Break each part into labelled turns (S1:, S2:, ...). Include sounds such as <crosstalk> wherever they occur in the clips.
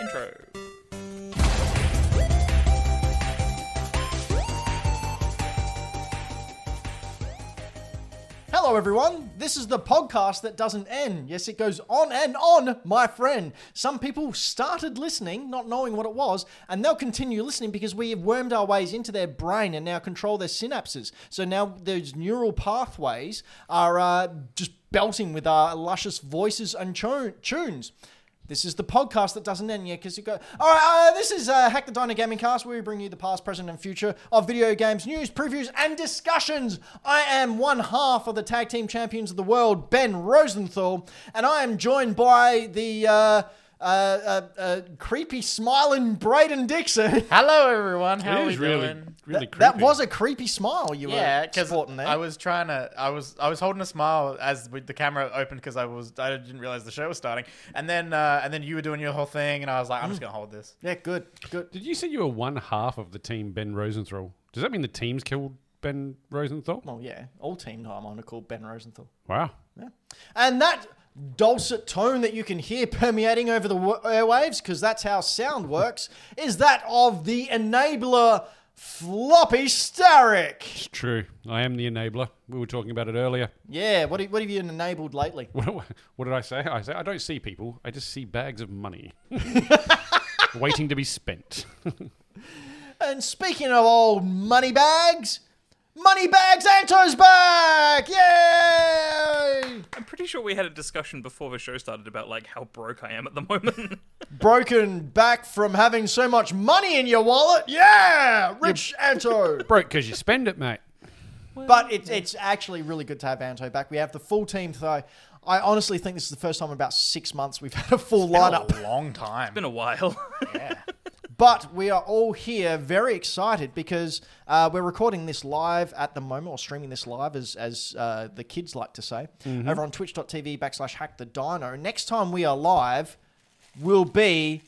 S1: Intro.
S2: Hello, everyone. This is the podcast that doesn't end. Yes, it goes on and on, my friend. Some people started listening, not knowing what it was, and they'll continue listening because we have wormed our ways into their brain and now control their synapses. So now those neural pathways are uh, just belting with our luscious voices and tu- tunes. This is the podcast that doesn't end yet because you go. All right, uh, this is uh, Hack the Dino Gaming Cast, where we bring you the past, present, and future of video games news, previews, and discussions. I am one half of the tag team champions of the world, Ben Rosenthal, and I am joined by the uh, uh, uh, uh, creepy smiling Braden Dixon.
S3: Hello, everyone. How
S4: It
S3: are we
S4: is really,
S3: doing?
S4: really
S2: <laughs>
S4: creepy.
S2: that was a creepy smile you
S3: Yeah,
S2: were sporting eh? there.
S3: I was trying to, I was, I was holding a smile as we, the camera opened because I was, I didn't realize the show was starting, and then, uh, and then you were doing your whole thing, and I was like, I'm just gonna hold this.
S2: yeah, good, good.
S4: Did you say you were one half of the team Ben Rosenthal? Does that mean the team's killed Ben Rosenthal?
S2: Well, yeah, all team time on to call Ben Rosenthal.
S4: Wow.
S2: Yeah. And that dulcet tone that you can hear permeating over the wa- airwaves, because that's how sound works, is that of the enabler Floppy Starrick.
S4: It's true. I am the enabler. We were talking about it earlier. <laughs>
S2: Yeah, what, what have you enabled lately?
S4: What, what did I say? I say I don't see people. I just see bags
S2: <laughs>
S4: of money waiting to be spent.
S2: And speaking of old money bags, money bags Anto's back! Yay!
S1: I'm pretty sure we had a discussion before the show started about like how broke I am at the <laughs> moment.
S2: Broken back from having so much money in your wallet. Yeah, rich Anto.
S4: Broke because you spend it, mate.
S2: But it's it's actually really good to have Anto back. We have the full team. So I honestly think this is the first time in about six months we've had a full lineup.
S3: A long time.
S1: Been a while.
S2: But we are all here, very excited because uh, we're recording this live at the moment, or streaming this live, as as uh, the kids like to say, over on Twitch.tv backslash Hack the Dino. Next time we are live, will be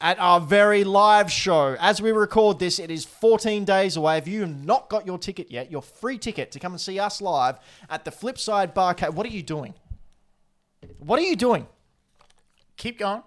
S2: at our very live show. As we record this, it is 14 days away. If you have not got your ticket yet, your free ticket to come and see us live at the Flipside Barcade. What are you doing? What are you doing?
S3: Keep going.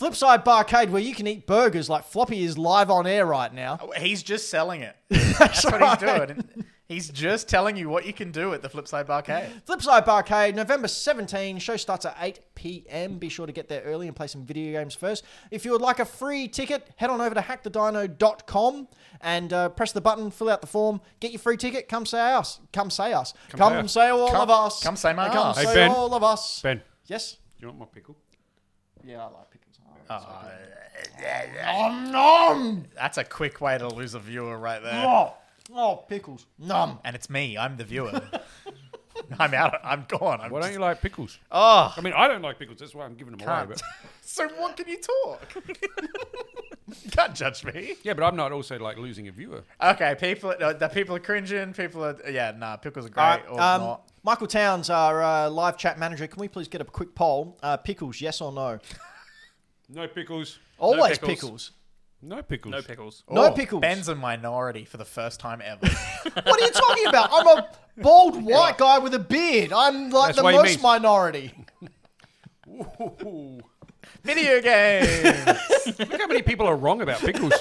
S2: Flipside Barcade, where you can eat burgers like Floppy is live on air right now.
S3: He's just selling it. <laughs> That's what he's doing. He's just telling you what you can do at the Flipside Barcade.
S2: Flipside Barcade, November 17. Show starts at 8 p.m. Be sure to get there early and play some video games first. If you would like a free ticket, head on over to hackthedino.com and uh, press the button, fill out the form, get your free ticket, come say us. Come say us. Come,
S4: say
S2: and
S4: us.
S2: say all
S3: Come-
S2: of us.
S3: come say my
S2: Come
S3: ass.
S4: Hey,
S2: say
S4: Ben.
S2: all of us.
S4: Ben, do
S2: Yes?
S4: you want my pickle?
S2: Yeah, I like pickles. Oh, that's so good.
S3: That's a quick way to lose a viewer right there.
S2: Oh, oh, pickles. Numb.
S3: And it's me. I'm the viewer. <laughs> I'm out. I'm gone. I'm
S4: Why don't
S3: just,
S4: you like pickles?
S3: oh,
S2: Ah.
S4: I mean, I don't like pickles. That's why I'm giving them away.
S3: Can't.
S4: <laughs> But,
S3: so what can you talk? <laughs> you can't judge me.
S4: yeah, but I'm not also like losing a viewer.
S3: Okay, people. Uh, the people are cringing. People are. Yeah, nah. Pickles are great.
S2: All right,
S3: or
S2: um,
S3: not.
S2: Michael Towns, our uh, live chat manager, can we please get a quick poll? Uh, pickles, yes or no?
S4: No pickles.
S2: Always
S1: pickles.
S2: pickles.
S4: No pickles.
S1: no pickles.
S2: No
S3: Oh,
S2: pickles.
S3: Ben's a minority for the first time ever.
S2: What are you talking about? I'm a
S1: <laughs>
S2: bald white guy with a beard. I'm like
S4: That's
S2: the
S4: what he
S2: most
S4: means.
S2: minority.
S4: Ooh.
S3: Video game.
S4: Look how many people are wrong about
S2: <laughs>
S4: pickles.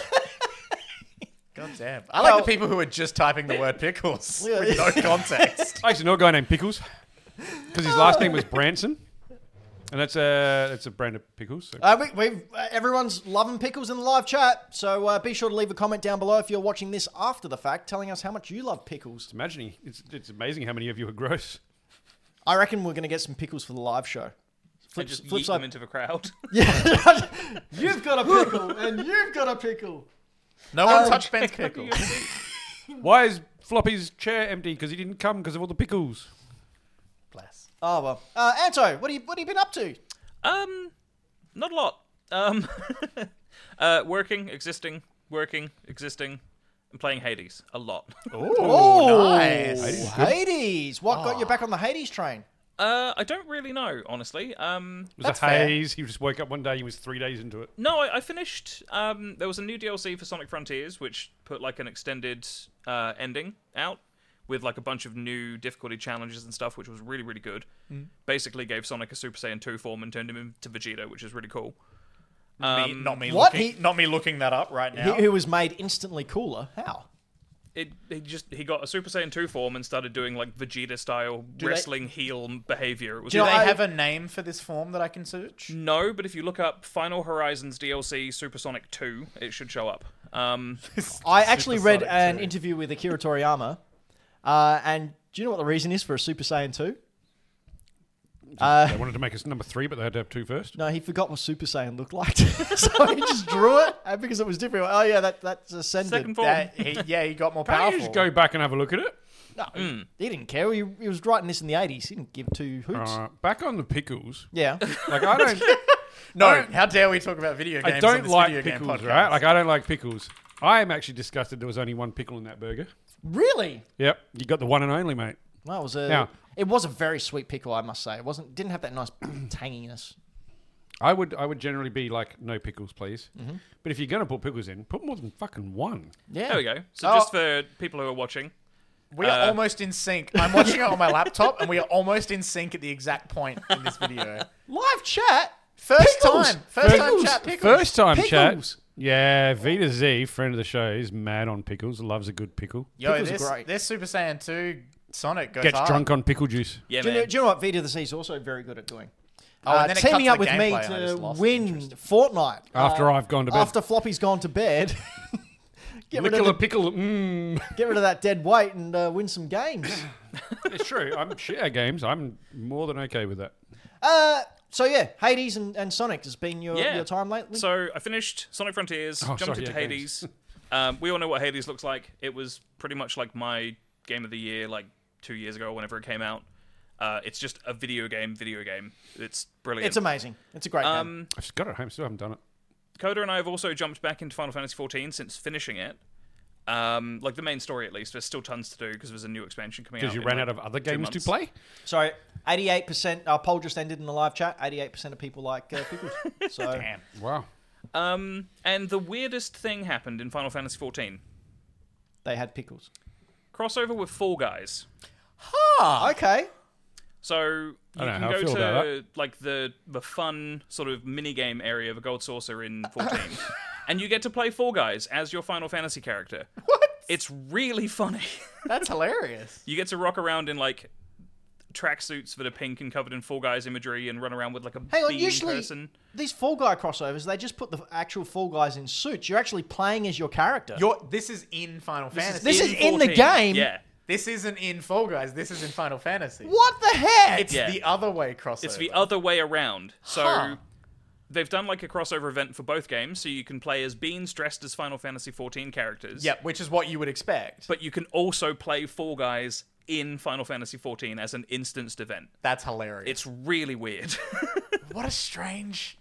S3: God damn. I
S2: Well-
S3: like the people who are just typing the word pickles
S2: Yeah.
S3: with no context.
S4: I actually know a guy named Pickles because his
S3: <laughs>
S4: last name was Branson, and that's a that's a brand of pickles. So.
S2: Uh, we, we've, uh, everyone's loving pickles in the live chat, so uh, be sure to leave a comment down below if you're watching this after the fact, telling us how much you love pickles.
S4: It's imagining it's, it's amazing how many of you are gross.
S2: I reckon we're going to get some pickles for the live show.
S1: I just yeet them into the crowd.
S2: <laughs> Yeah. <laughs> you've got a
S1: <laughs>
S2: pickle, and you've got a pickle.
S3: No one touched Ben's pickles.
S4: Why is Floppy's chair empty? Because he didn't come because of all the pickles.
S3: Bless.
S2: Oh well, uh, Anto, what have you what have you been up to?
S1: um, not a lot. Um, <laughs> uh, working, existing, working, existing, and playing Hades a lot.
S2: Oh,
S3: nice.
S4: Hades, good.
S2: Hades! What got you back on the Hades train?
S1: Uh, I don't really know, honestly. Um,
S4: It was
S3: That's
S4: a
S3: fair.
S4: haze. He just woke up one day. He was three days into it.
S1: No, I, I finished. Um, there was a new DLC for Sonic Frontiers, which put like an extended uh, ending out with like a bunch of new difficulty challenges and stuff, which was really really
S2: Mm.
S1: good. Basically, gave Sonic a Super Saiyan two form and turned him into Vegeta, which is really cool. Um,
S3: me,
S4: Um,
S3: not me
S2: what?
S3: looking,
S2: He-
S3: not me looking that up right now.
S2: Who was made instantly cooler? How?
S1: It, he just he got a Super Saiyan 2 form and started doing like Vegeta style
S2: they-
S1: wrestling heel behavior. It was
S3: Do they
S2: know, I-
S3: have a name for this form that I can search?
S1: no, but if you look up Final Horizons DLC Supersonic 2, it should show up.
S2: <laughs>
S1: Um,
S2: I actually
S3: Super
S2: read
S3: Sonic
S2: an
S3: two.
S2: interview with Akira Toriyama, uh, and do you know what the reason is for a Super Saiyan 2?
S4: they wanted to make us number three, but they had to have two first.
S2: No, he forgot what Super Saiyan looked like, <laughs> so he just drew it and because it was different. Oh yeah, that that's ascended.
S1: second form.
S3: That- he- yeah, he got more
S4: Can't you
S3: powerful.
S4: just go back and have a look at it?
S2: No,
S3: Hmm.
S2: he didn't care. He, he was writing this in the eighties. He didn't give two hoots.
S4: Uh, back on
S3: <laughs>
S4: the pickles.
S2: Yeah,
S4: Like I don't,
S3: no, how dare we talk about video games?
S4: I
S3: on
S4: don't
S3: this
S4: like
S3: video game
S4: pickles,
S3: podcast.
S4: right? Like I don't like pickles. I am actually disgusted. There was only one pickle in that burger.
S2: really.
S4: Yep, you got the one and only, mate.
S2: Well, it was a.
S4: Now-
S2: It was a very sweet pickle, I must say. It wasn't didn't have that nice <clears throat> tanginess.
S4: I would, I would generally be like, no pickles, please. But if you're gonna put pickles in, put more than fucking one.
S2: Yeah,
S1: There we go. So
S3: Oh.
S1: just for people who are watching,
S3: we are
S1: Uh,
S3: almost in sync. I'm watching it on <laughs> my laptop, and we are almost in sync at the exact point in <laughs> this video.
S2: Live chat.
S3: First
S2: Pickles!
S3: time, first
S2: Pickles!
S3: time chat pickles.
S4: First time
S2: Pickles.
S4: chat. Yeah, Vita Z, friend of the show, is mad on pickles. Loves a good pickle.
S3: Yo,
S2: Pickles are
S3: this,
S2: great.
S3: this Super Saiyan 2 Sonic goes
S4: Gets
S3: hard.
S4: drunk on pickle juice.
S1: yeah,
S2: Do you,
S1: man.
S2: know, do you know what Vita the Sea is also very good at doing?
S3: Oh, and
S2: Uh,
S3: then it
S2: teaming
S3: cuts
S2: up
S3: the
S2: with me
S3: gameplay, and I
S2: to
S3: just lost
S2: win
S3: interest.
S2: Fortnite.
S4: After I've gone to bed.
S2: After Floppy's gone to bed. <laughs> get, rid of
S4: Nicola
S2: the,
S4: pickle. Mmm.
S2: get rid of that dead weight and uh, win some games.
S4: it's true. I'm shit at games. I'm more than okay with that.
S2: uh, so, yeah, Hades and, and Sonic has been your,
S1: Yeah.
S2: your time lately.
S1: So I finished Sonic Frontiers,
S4: Oh,
S1: jumped
S4: sorry,
S1: into
S4: yeah,
S1: Hades. um, we all know what Hades looks like. It was pretty much like my game of the year, like two years ago, whenever it came out. Uh, it's just a video game, video game. It's brilliant.
S2: it's amazing. It's a great game.
S1: um,
S4: I've just got it at home. Still haven't done it.
S1: Coda and I have also jumped back into Final Fantasy XIV since finishing it. Um, like the main story, at least. There's still tons to do because there's a new expansion coming out.
S4: Because you
S1: in,
S4: ran
S1: like,
S4: out of other
S1: two
S4: games to
S1: months.
S4: play.
S2: Sorry, 88%, our poll just ended in the live chat. 88% of people like uh,
S1: <laughs>
S2: pickles. So,
S3: Damn.
S4: Wow.
S1: Um, and the weirdest thing happened in Final Fantasy XIV
S2: they had pickles.
S1: crossover with Fall Guys.
S2: Okay.
S1: So you
S4: I don't
S1: can
S4: know how I
S1: go
S4: feel about
S1: to like the the fun sort of mini game area of a gold saucer in 14,
S4: <laughs>
S1: and you get to play Fall Guys as your Final Fantasy character.
S3: What?
S1: It's really funny. <laughs>
S3: That's hilarious.
S1: You get to rock around in like tracksuits that are pink and covered in Fall Guys imagery, and run around with like a
S2: Hang on,
S1: bean
S2: usually
S1: person.
S2: these Fall Guy crossovers, they just put the actual Fall Guys in suits. You're actually playing as your character.
S3: You're, this is in Final Fantasy.
S2: this is in the
S1: 14.
S2: game?
S1: Yeah,
S3: This isn't in Fall Guys. This is in Final Fantasy.
S2: what the heck?
S3: It's
S1: Yeah.
S3: the other way crossover.
S1: it's the other way around. So.
S3: Huh.
S1: They've done like a crossover event for both games, so you can play as beans dressed as Final Fantasy XIV characters.
S3: Yep, which is what you would expect.
S1: but you can also play Fall Guys in Final Fantasy XIV as an instanced event.
S3: That's hilarious.
S1: It's really weird. <laughs>
S3: what a strange,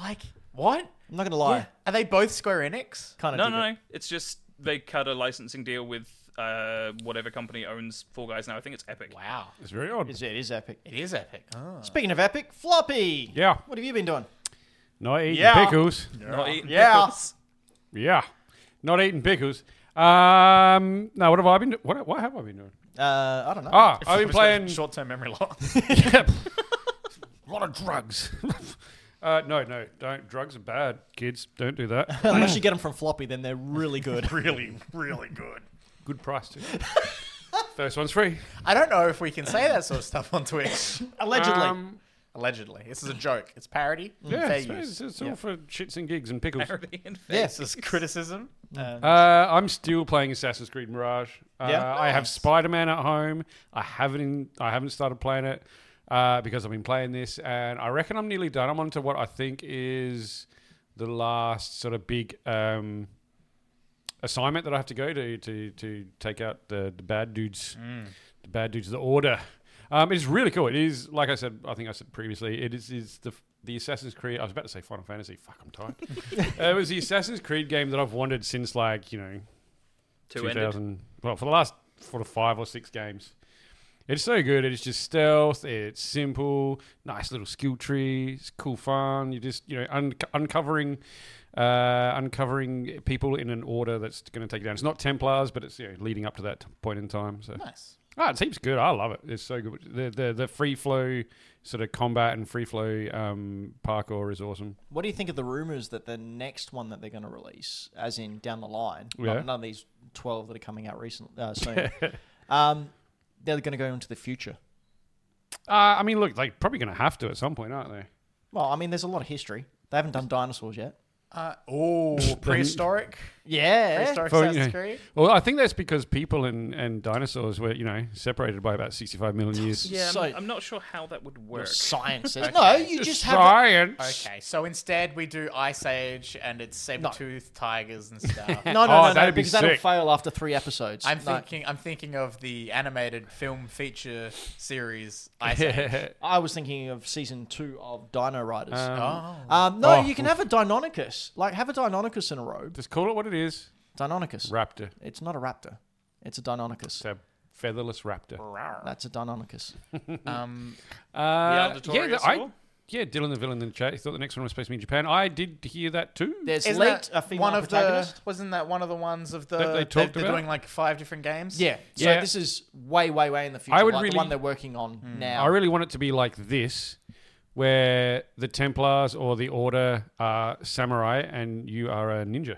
S3: like what?
S2: I'm not gonna lie.
S3: Are they both Square Enix?
S2: Kind of.
S1: no, no, no. It's just they cut a licensing deal with uh, whatever company owns Fall Guys now. I think it's Epic.
S3: Wow,
S4: It's very odd.
S2: It is epic.
S3: it is epic. Oh.
S2: Speaking of epic, Floppy.
S4: Yeah.
S2: What have you been doing?
S4: Not eating
S3: Yeah.
S4: pickles.
S1: Not eating <laughs> pickles.
S4: Yeah. Not eating pickles. Um, no, what have I been doing? What, what have I been doing?
S2: Uh, I don't know.
S4: Ah, I've been playing.
S3: short-term memory loss.
S4: <laughs> Yep. a lot of drugs. uh, no, no, don't. Drugs are bad, kids. Don't do <laughs> that.
S2: Unless you get them from Floppy, then they're really
S4: <laughs>
S2: good.
S3: really, really good.
S4: Good price, too. First one's free.
S3: I don't know if we can say that sort of stuff on Twitch.
S2: Allegedly.
S4: Um,
S3: Allegedly, this is a joke. It's parody.
S4: yeah,
S3: Fair
S4: it's,
S3: use.
S4: it's, it's all for shits and gigs and pickles.
S1: <laughs> Parody and fa-
S2: yeah.
S3: This is criticism.
S4: Uh, I'm still playing Assassin's Creed Mirage. Uh,
S2: Yeah?
S4: I have Spider Man at home. I haven't. I haven't started playing it uh, because I've been playing this, and I reckon I'm nearly done. I'm on to what I think is the last sort of big um, assignment that I have to go to to to take out the, the bad dudes. The bad dudes. of The order. Um, it's really cool. It is like I said. I think I said previously. It is is the the Assassin's Creed. I was about to say Final Fantasy. Fuck, I'm tired. <laughs> Uh, it was the Assassin's Creed game that I've wanted since like you know
S1: Two ended.
S4: 2000 well for the last four to five or six games it's so good it's just stealth it's simple nice little skill tree it's cool fun you just you know un- uncovering uh, uncovering people in an order that's going to take you down it's not templars but it's you know leading up to that point in time so
S3: Nice.
S4: Oh, it seems good. I love it. It's so good. The the, the free flow sort of combat and free flow um, parkour is awesome.
S2: What do you think of the rumors that the next one that they're going to release, as in down the line, not-
S4: Yeah.
S2: none of these twelve that are coming out recently
S4: <laughs>
S2: uh, soon, um, they're going to go into the future.
S4: Uh, I mean, look, they're probably going to have to at some point, aren't they?
S2: Well, I mean, there's a lot of history. They haven't done dinosaurs yet.
S3: Uh, oh, prehistoric.
S2: Yeah,
S3: prehistoric
S4: For-
S3: Assassin's
S4: yeah.
S3: Creed.
S4: Well, I think that's because people and, and dinosaurs were, you know, separated by about 65
S2: <laughs>
S4: million years.
S1: Yeah, I'm-
S2: So-
S1: I'm, not sure how that would work.
S2: science.
S4: <laughs>
S2: says- No, you just have.
S4: Science.
S3: Okay, so instead we do Ice Age and it's saber-toothed tigers and stuff.
S2: No, no,
S4: Oh,
S2: no, no,
S4: that'd be
S2: because that'll
S4: sick.
S2: fail after three episodes.
S3: I'm
S2: No.
S3: thinking. I'm thinking of the animated film feature series Ice Age.
S2: I was thinking of season two of Dino Riders.
S3: Oh,
S2: um, no,
S4: Oh.
S2: you can have a Deinonychus. Like, have a Deinonychus in a robe.
S4: Just call it what it is.
S2: Deinonychus.
S4: Raptor.
S2: It's not a raptor. It's a Deinonychus.
S4: It's a featherless raptor.
S2: That's a Deinonychus.
S3: um,
S4: Uh,
S1: Aldatorius
S4: yeah, the- I,
S1: or-
S4: yeah, Dylan the villain in the chat. He thought the next one was supposed to be in Japan. I did hear that too.
S2: There's
S3: isn't
S2: leaked
S3: that
S2: a female
S3: one of the?
S2: protagonist.
S3: Wasn't that one of the ones of the?
S4: That they
S3: they
S4: talked
S3: they're
S4: about?
S3: doing like five different games.
S2: Yeah. So
S4: Yeah.
S2: this is way, way, way in the future.
S4: I would
S2: like the
S4: really- Hmm.
S2: one they're working on now.
S4: I really want it to be like this, where the Templars or the Order are samurai and you are a ninja.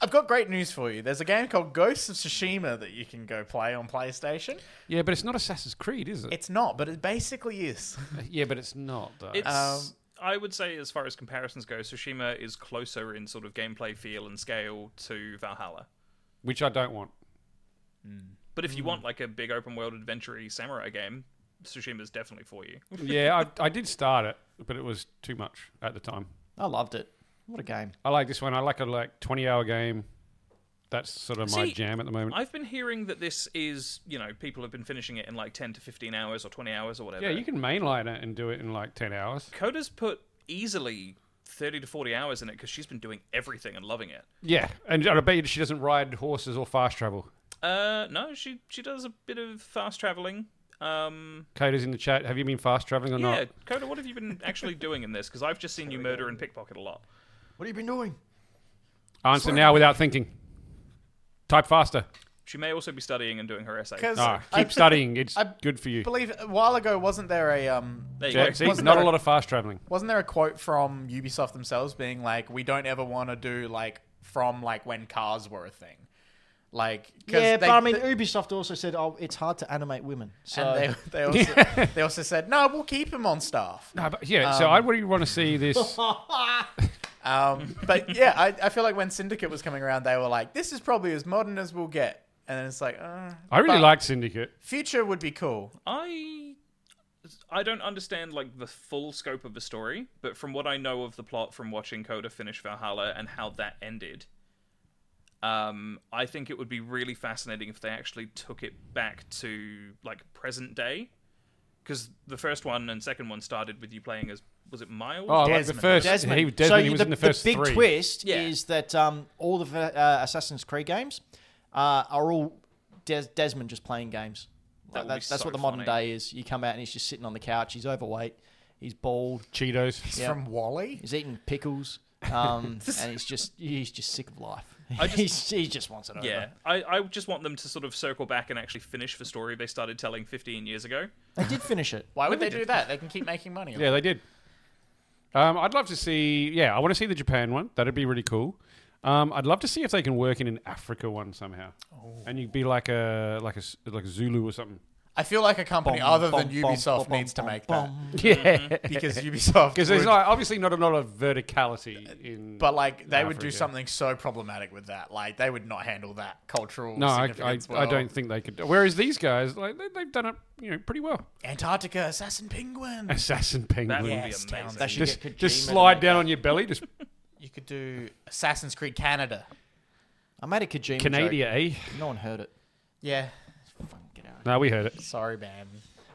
S3: I've got great news for you. There's a game called Ghosts of Tsushima that you can go play on PlayStation.
S4: Yeah, but it's not Assassin's Creed, is it?
S3: It's not, but it basically is. <laughs>
S4: yeah, but it's not though.
S1: It's.
S3: Um,
S1: I would say, as far as comparisons go, Tsushima is closer in sort of gameplay feel and scale to Valhalla.
S4: Which I don't want.
S1: But if you want like a big open world adventure samurai game, Tsushima's definitely for you.
S4: Yeah, I, I did start it, but it was too much at the time.
S2: I loved it. What a game.
S4: I like this one. I like a like twenty hour game. That's sort of my
S1: See,
S4: jam at the moment.
S1: I've been hearing that this is, you know, people have been finishing it in like 10 to 15 hours or 20 hours or whatever.
S4: yeah, you can mainline it and do it in like ten hours.
S1: Coda's put easily 30 to 40 hours in it because she's been doing everything and loving it.
S4: Yeah, and I bet you she doesn't ride horses or fast travel.
S1: Uh, no, she she does a bit of fast traveling. Um,
S4: Coda's in the chat. Have you been fast traveling or
S1: yeah,
S4: not?
S1: Coda, what have you been actually doing in this? Because I've just seen you murder and pickpocket a lot.
S2: What have you been doing?
S4: Answer now without thinking. Type faster.
S1: She may also be studying and doing her essay.
S3: Because
S4: No, keep studying. It's good for you.
S3: I believe a while ago wasn't there a um
S1: There you
S4: Yeah,
S1: go.
S4: see,
S3: wasn't
S4: not
S3: there-
S4: a lot of fast traveling.
S3: wasn't there a quote from Ubisoft themselves being like we don't ever want to do like from like when cars were a thing. Like 'cause
S2: Yeah,
S3: they-
S2: but I mean,
S3: they-
S2: Ubisoft also said, "Oh, it's hard to animate women."
S3: <laughs>
S2: So <laughs>
S3: and they, they also they also said no, we'll keep him on staff.
S4: No, but yeah, so I really want to see this.
S3: Um, but yeah, I, I feel like when Syndicate was coming around, they were like, this is probably as modern as we'll get. And then it's like, uh,
S4: I really
S3: but
S4: like Syndicate.
S3: Future would be cool.
S1: I I don't understand like the full scope of the story, but from what I know of the plot from watching Coda finish Valhalla and how that ended, um, I think it would be really fascinating if they actually took it back to like present day, because the first one and second one started with you playing as was it Miles?
S4: Oh, like the
S3: Desmond.
S4: first.
S2: Desmond.
S4: He, Desmond,
S2: so
S4: he was
S2: the,
S4: in the first
S2: big
S4: three.
S2: twist
S1: Yeah.
S2: is that um, all the uh, Assassin's Creed games uh, are all Des- Desmond just playing games.
S1: That
S2: Like,
S1: would
S2: that's
S1: be
S2: that's
S1: so
S2: what the modern
S1: funny.
S2: day is. You come out and he's just sitting on the couch. He's overweight. He's bald.
S4: Cheetos.
S3: It's from Wally.
S2: He's eating pickles.
S1: <laughs>
S2: Um, and he's just he's just sick of life.
S1: I
S2: <laughs>
S1: just-
S2: he's, he just wants it over.
S1: Yeah, I, I just want them to sort of circle back and actually finish the story they started telling 15 years ago.
S2: They did finish
S1: <laughs>
S2: it.
S3: Why would they do that? They can keep making money.
S4: Yeah, they did. Um, I'd love to see. Yeah, I want to see the Japan one. That'd be really cool. Um, I'd love to see if they can work in an Africa one somehow, and you'd be like a like a s- like a Zulu or something.
S3: I feel like a company other than Ubisoft needs to make that
S4: Yeah, <laughs>
S3: because Ubisoft.
S4: because
S3: would-
S4: Mm-hmm. there's like, obviously not a lot of verticality in.
S3: but like they would do
S4: Africa.
S3: something so problematic with that. Like they would not handle that cultural.
S4: no, I, I,
S3: significance
S4: I
S3: well.
S4: don't think they could. Whereas these guys, like they, they've done it, you know, pretty well. <laughs>
S3: Antarctica assassin penguin.
S4: Assassin
S1: That
S4: penguin.
S1: would
S3: Yes,
S1: be
S3: Townsend.
S1: amazing.
S3: That
S2: should
S4: Just,
S2: get Kojima
S4: just
S2: to
S4: slide
S2: make
S4: down on your belly, just
S3: You could do Assassin's Creed Canada.
S2: I made a Kojima
S4: Canada, eh?
S2: joke. No one heard it.
S3: Yeah,
S2: Fucking get out.
S4: No, we heard it.
S3: sorry, man.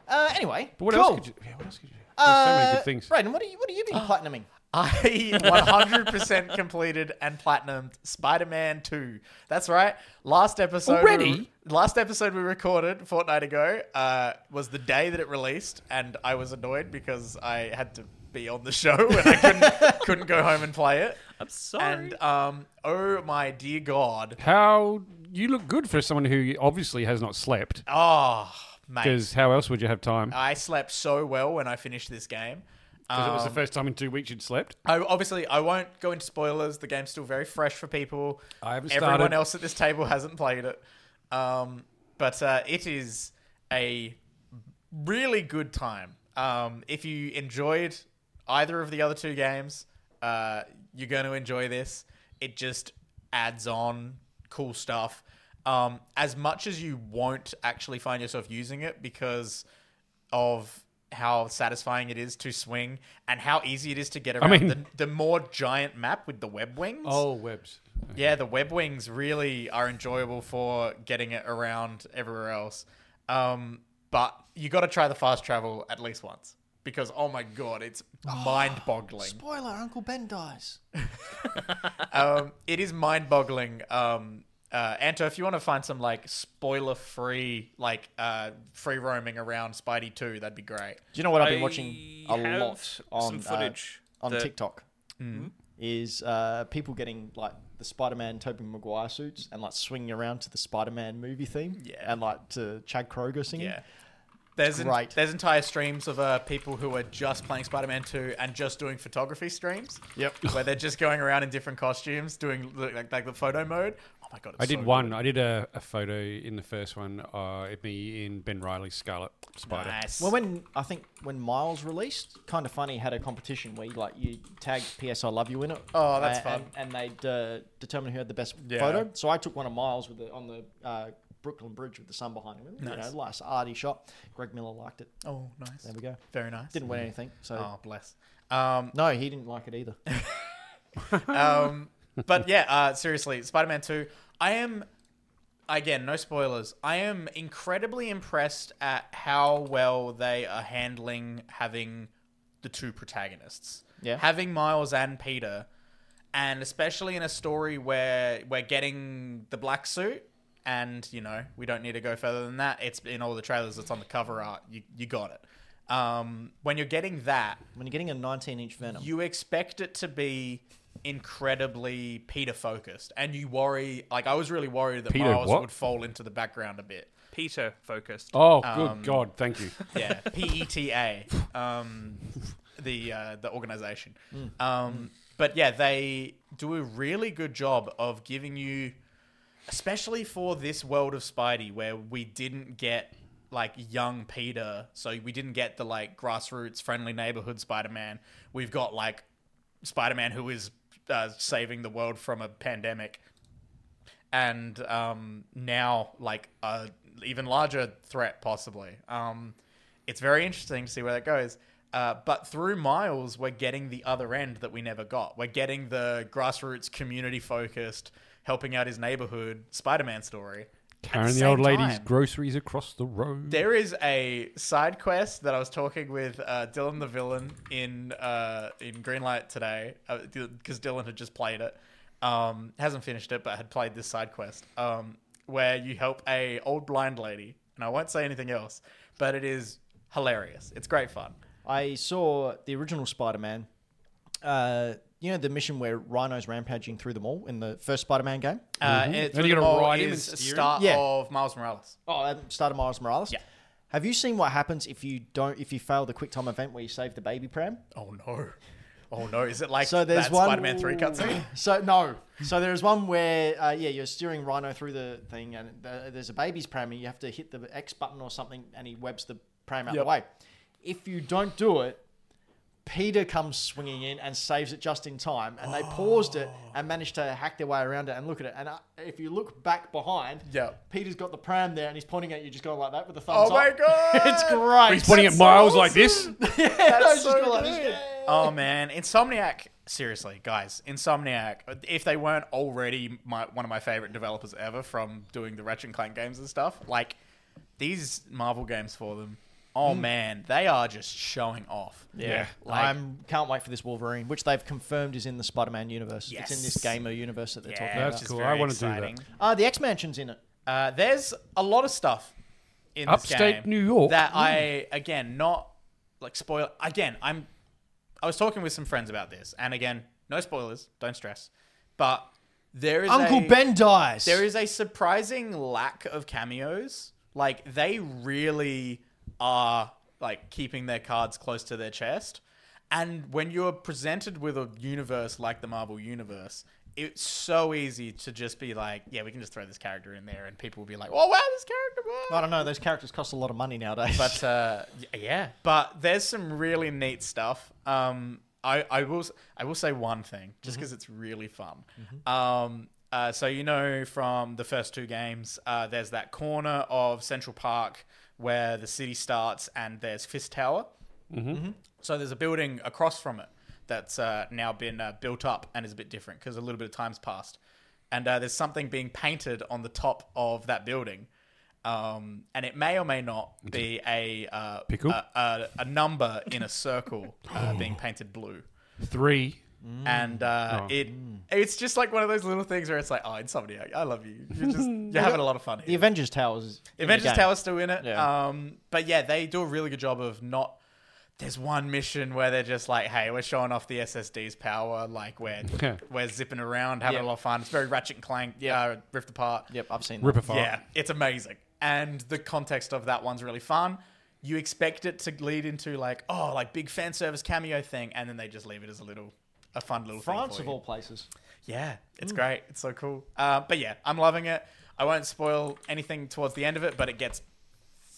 S2: Uh, anyway,
S4: But what
S2: cool.
S4: else could you? Yeah, what else could you do? There's so many
S2: Uh,
S4: good things.
S2: Brayden, what are you what have you
S1: <gasps>
S2: been platinuming?
S3: I
S1: <laughs>
S3: 100% completed and platinumed Spider-Man 2. That's right. Last episode
S4: Already?
S3: last episode we recorded a fortnight ago uh, was the day that it released, and I was annoyed because I had to be on the <laughs> show and I
S1: <laughs>
S3: couldn't couldn't go home and play it.
S1: I'm sorry.
S3: And um, oh my dear God,
S4: How you look good for someone who obviously has not slept.
S3: oh mate.
S4: because how else would you have time?
S3: I slept so well when I finished this game.
S4: Because it was the
S3: Um,
S4: first time in two weeks you'd slept.
S3: I obviously I won't go into spoilers. The game's still very fresh for people.
S4: I haven't
S3: Everyone
S4: started.
S3: else at this table hasn't played it, um, but uh, it is a really good time. Um, if you enjoyed either of the other two games, uh, you're going to enjoy this. It just adds on cool stuff. Um, as much as you won't actually find yourself using it because of how satisfying it is to swing and how easy it is to get around
S4: mean-
S3: the, the more giant map with the web wings.
S4: Oh, webs.
S3: Yeah, the web wings really are enjoyable for getting it around everywhere else. Um, but you got to try the fast travel at least once because oh my god, it's mind-boggling.
S2: Spoiler: Uncle Ben dies.
S3: um, it is mind-boggling. Um, uh, Anto, if you want to find some like spoiler-free, like uh, free roaming around Spidey Two, that'd be great.
S2: Do you know what I've been
S1: I
S2: watching a
S1: have
S2: lot
S1: some
S2: on uh,
S1: footage
S2: on
S1: that-
S2: TikTok?
S3: Hmm?
S2: Is uh, people getting like the Spider-Man Tobey Maguire suits and like swinging around to the Spider-Man movie theme,
S3: Yeah.
S2: and like to Chad Kroger singing.
S3: Yeah. There's, en-
S2: great.
S3: there's entire streams of uh, people who are just playing Spider Man 2 and just doing photography streams.
S2: Yep.
S3: <laughs> where they're just going around in different costumes, doing like, like the photo mode. Oh my god! It's
S4: I did
S3: so
S4: one.
S3: good.
S4: I did a, a photo in the first one. Uh, it me in Ben Riley's Scarlet Spider.
S3: Nice.
S2: Well, when I think when Miles released, kind of funny had a competition where you, like you tagged "PS I love you" in it.
S3: Oh, that's
S2: uh,
S3: fun.
S2: And, and they'd uh, determine who had the best
S3: Yeah.
S2: photo. So I took one of Miles with the, on the uh, Brooklyn Bridge with the sun behind him. You
S3: Nice.
S2: know, nice arty shot. Greg Miller liked it.
S3: oh, nice.
S2: There we go.
S3: Very nice.
S2: Didn't win anything. So
S3: Oh, bless. Um,
S2: no, he didn't like
S3: <laughs>
S2: it either.
S3: um, but yeah, uh, seriously, Spider Man 2. I am, again, no spoilers. I am incredibly impressed at how well they are handling having the two protagonists.
S2: Yeah.
S3: Having Miles and Peter, and especially in a story where we're getting the black suit. And you know we don't need to go further than that. It's in all the trailers. It's on the cover art. You, you got it. Um, when you're getting that,
S2: When you're getting a 19-inch Venom,
S3: you expect it to be incredibly Peter focused, and you worry. Like I was really worried that
S4: Peter
S3: Miles
S4: what?
S3: would fall into the background a bit.
S1: Peter focused.
S4: Oh, good
S3: Um,
S4: God! Thank
S3: <laughs>
S4: you.
S3: Yeah, P E T A, um, the uh, the organization. Um, but yeah, they do a really good job of giving you, especially for this world of Spidey, where we didn't get like young Peter, so we didn't get the like grassroots friendly neighborhood Spider Man. We've got like Spider Man who is uh, saving the world from a pandemic and um, now like a even larger threat possibly. Um, it's very interesting to see where that goes. Uh, but through Miles, we're getting the other end that we never got. We're getting the grassroots, community focused, helping out his neighborhood Spider Man story. At
S4: <laughs> Carrying the, old
S3: same
S4: lady's
S3: time.
S4: groceries across the road.
S3: There is a side quest that I was talking with uh, Dylan the villain in uh, in Greenlight today because Dylan had just played it, um, hasn't finished it, but had played this side quest um, where you help a old blind lady, and I won't say anything else, but it is hilarious. It's great fun.
S2: I saw the original Spider-Man. Uh, you know the mission where Rhino's rampaging through them all in the first Spider-Man game.
S3: Uh,
S4: Mhm.
S3: and
S4: And you
S3: through
S4: gotta
S3: them all
S4: ride him
S3: is
S4: and
S3: a
S4: steer him?
S3: start
S2: Yeah.
S3: of Miles Morales.
S2: Oh, um, started Miles Morales.
S3: Yeah.
S2: Have you seen what happens if you don't if you fail the quick time event where you save the baby pram?
S3: Oh no. Oh no! Is it like
S2: So there's
S3: that
S2: one-
S3: Spider-Man three cutscene?
S2: <laughs> So no. So there is one where uh, yeah, you're steering Rhino through the thing, and th- there's a baby's pram, and you have to hit the X button or something, and he webs the pram out of
S3: Yep.
S2: the way. If you don't do it, Peter comes swinging in and saves it just in time, and they paused it
S3: Oh.
S2: and managed to hack their way around it and look at it. And uh, if you look back behind,
S3: Yep.
S2: Peter's got the pram there, and he's pointing at you, just going like that with the
S3: Oh
S2: thumbs
S3: my
S2: up.
S3: god!
S2: <laughs> It's great. <laughs>
S4: He's pointing at Miles
S3: <laughs>
S4: like this.
S2: No,
S3: That's
S2: it's
S3: so
S2: just gonna like this.
S3: good. Oh man, Insomniac. Seriously, guys, Insomniac. If they weren't already my, one of my favorite developers ever from doing the Ratchet and Clank games and stuff, like these Marvel games for them. Oh man, they are just showing off.
S4: Yeah.
S3: Like-
S2: I'm can't wait for this Wolverine, which they've confirmed is in the Spider-Man universe. It's in
S3: Yes.
S2: this gamer universe that they're talking
S3: Yeah, which
S2: about.
S4: That's
S3: is
S4: cool.
S3: very
S4: I wanna do that.
S3: exciting.
S2: Uh, the X-Mansion's in it.
S3: Uh, there's a lot of stuff in
S4: Upstate
S3: this game
S4: New York.
S3: that I again not like spoil. Again, I'm I was talking with some friends about this, and again, no spoilers, don't stress. But there is
S2: Uncle
S3: a,
S2: Ben dies.
S3: There is a surprising lack of cameos Like they really are like keeping their cards close to their chest. And when you're presented with a universe like the Marvel universe, it's so easy to just be like, yeah, we can just throw this character in there, and people will be like, oh wow, this character. Wow.
S2: I don't know. Those characters cost a lot of money nowadays.
S3: But uh, y- yeah, but there's some really neat stuff. Um, I, I will s- I will say one thing just because it's really fun. Um, uh, so you know from the first two games, uh, there's that corner of Central Park where the city starts, and there's Fist Tower. So there's a building across from it that's uh, now been uh, built up and is a bit different because a little bit of time's passed. And uh, there's something being painted on the top of that building. Um, and it may or may not be a uh,
S4: Pickle?
S3: A, a, a number in a circle uh, being painted blue.
S4: Three.
S3: And uh, it it's just like one of those little things where it's like, oh, Insomniac, I love you. You're just you're having a lot of fun.
S2: <laughs> the
S3: Here.
S2: Avengers Towers. is in the
S3: Avengers
S2: game.
S3: Tower's still in it.
S2: Yeah.
S3: Um, but yeah, they do a really good job of not. There's one mission where they're just like, "Hey, we're showing off the SSD's power. Like we're
S4: Yeah.
S3: we're zipping around, having a
S2: Yeah.
S3: lot of fun. It's very Ratchet and Clank, yeah, uh, ripped apart.
S2: Yep, I've seen.
S4: Ripper
S2: That.
S4: fart.
S3: Yeah, it's amazing. And the context of that one's really fun. You expect it to lead into like, oh, like big fan service cameo thing, and then they just leave it as a little, a fun little
S2: France
S3: thing for
S2: of
S3: you.
S2: all places.
S3: Yeah, it's
S4: Mm.
S3: great. It's so cool. Uh, but yeah, I'm loving it. I won't spoil anything towards the end of it, but it gets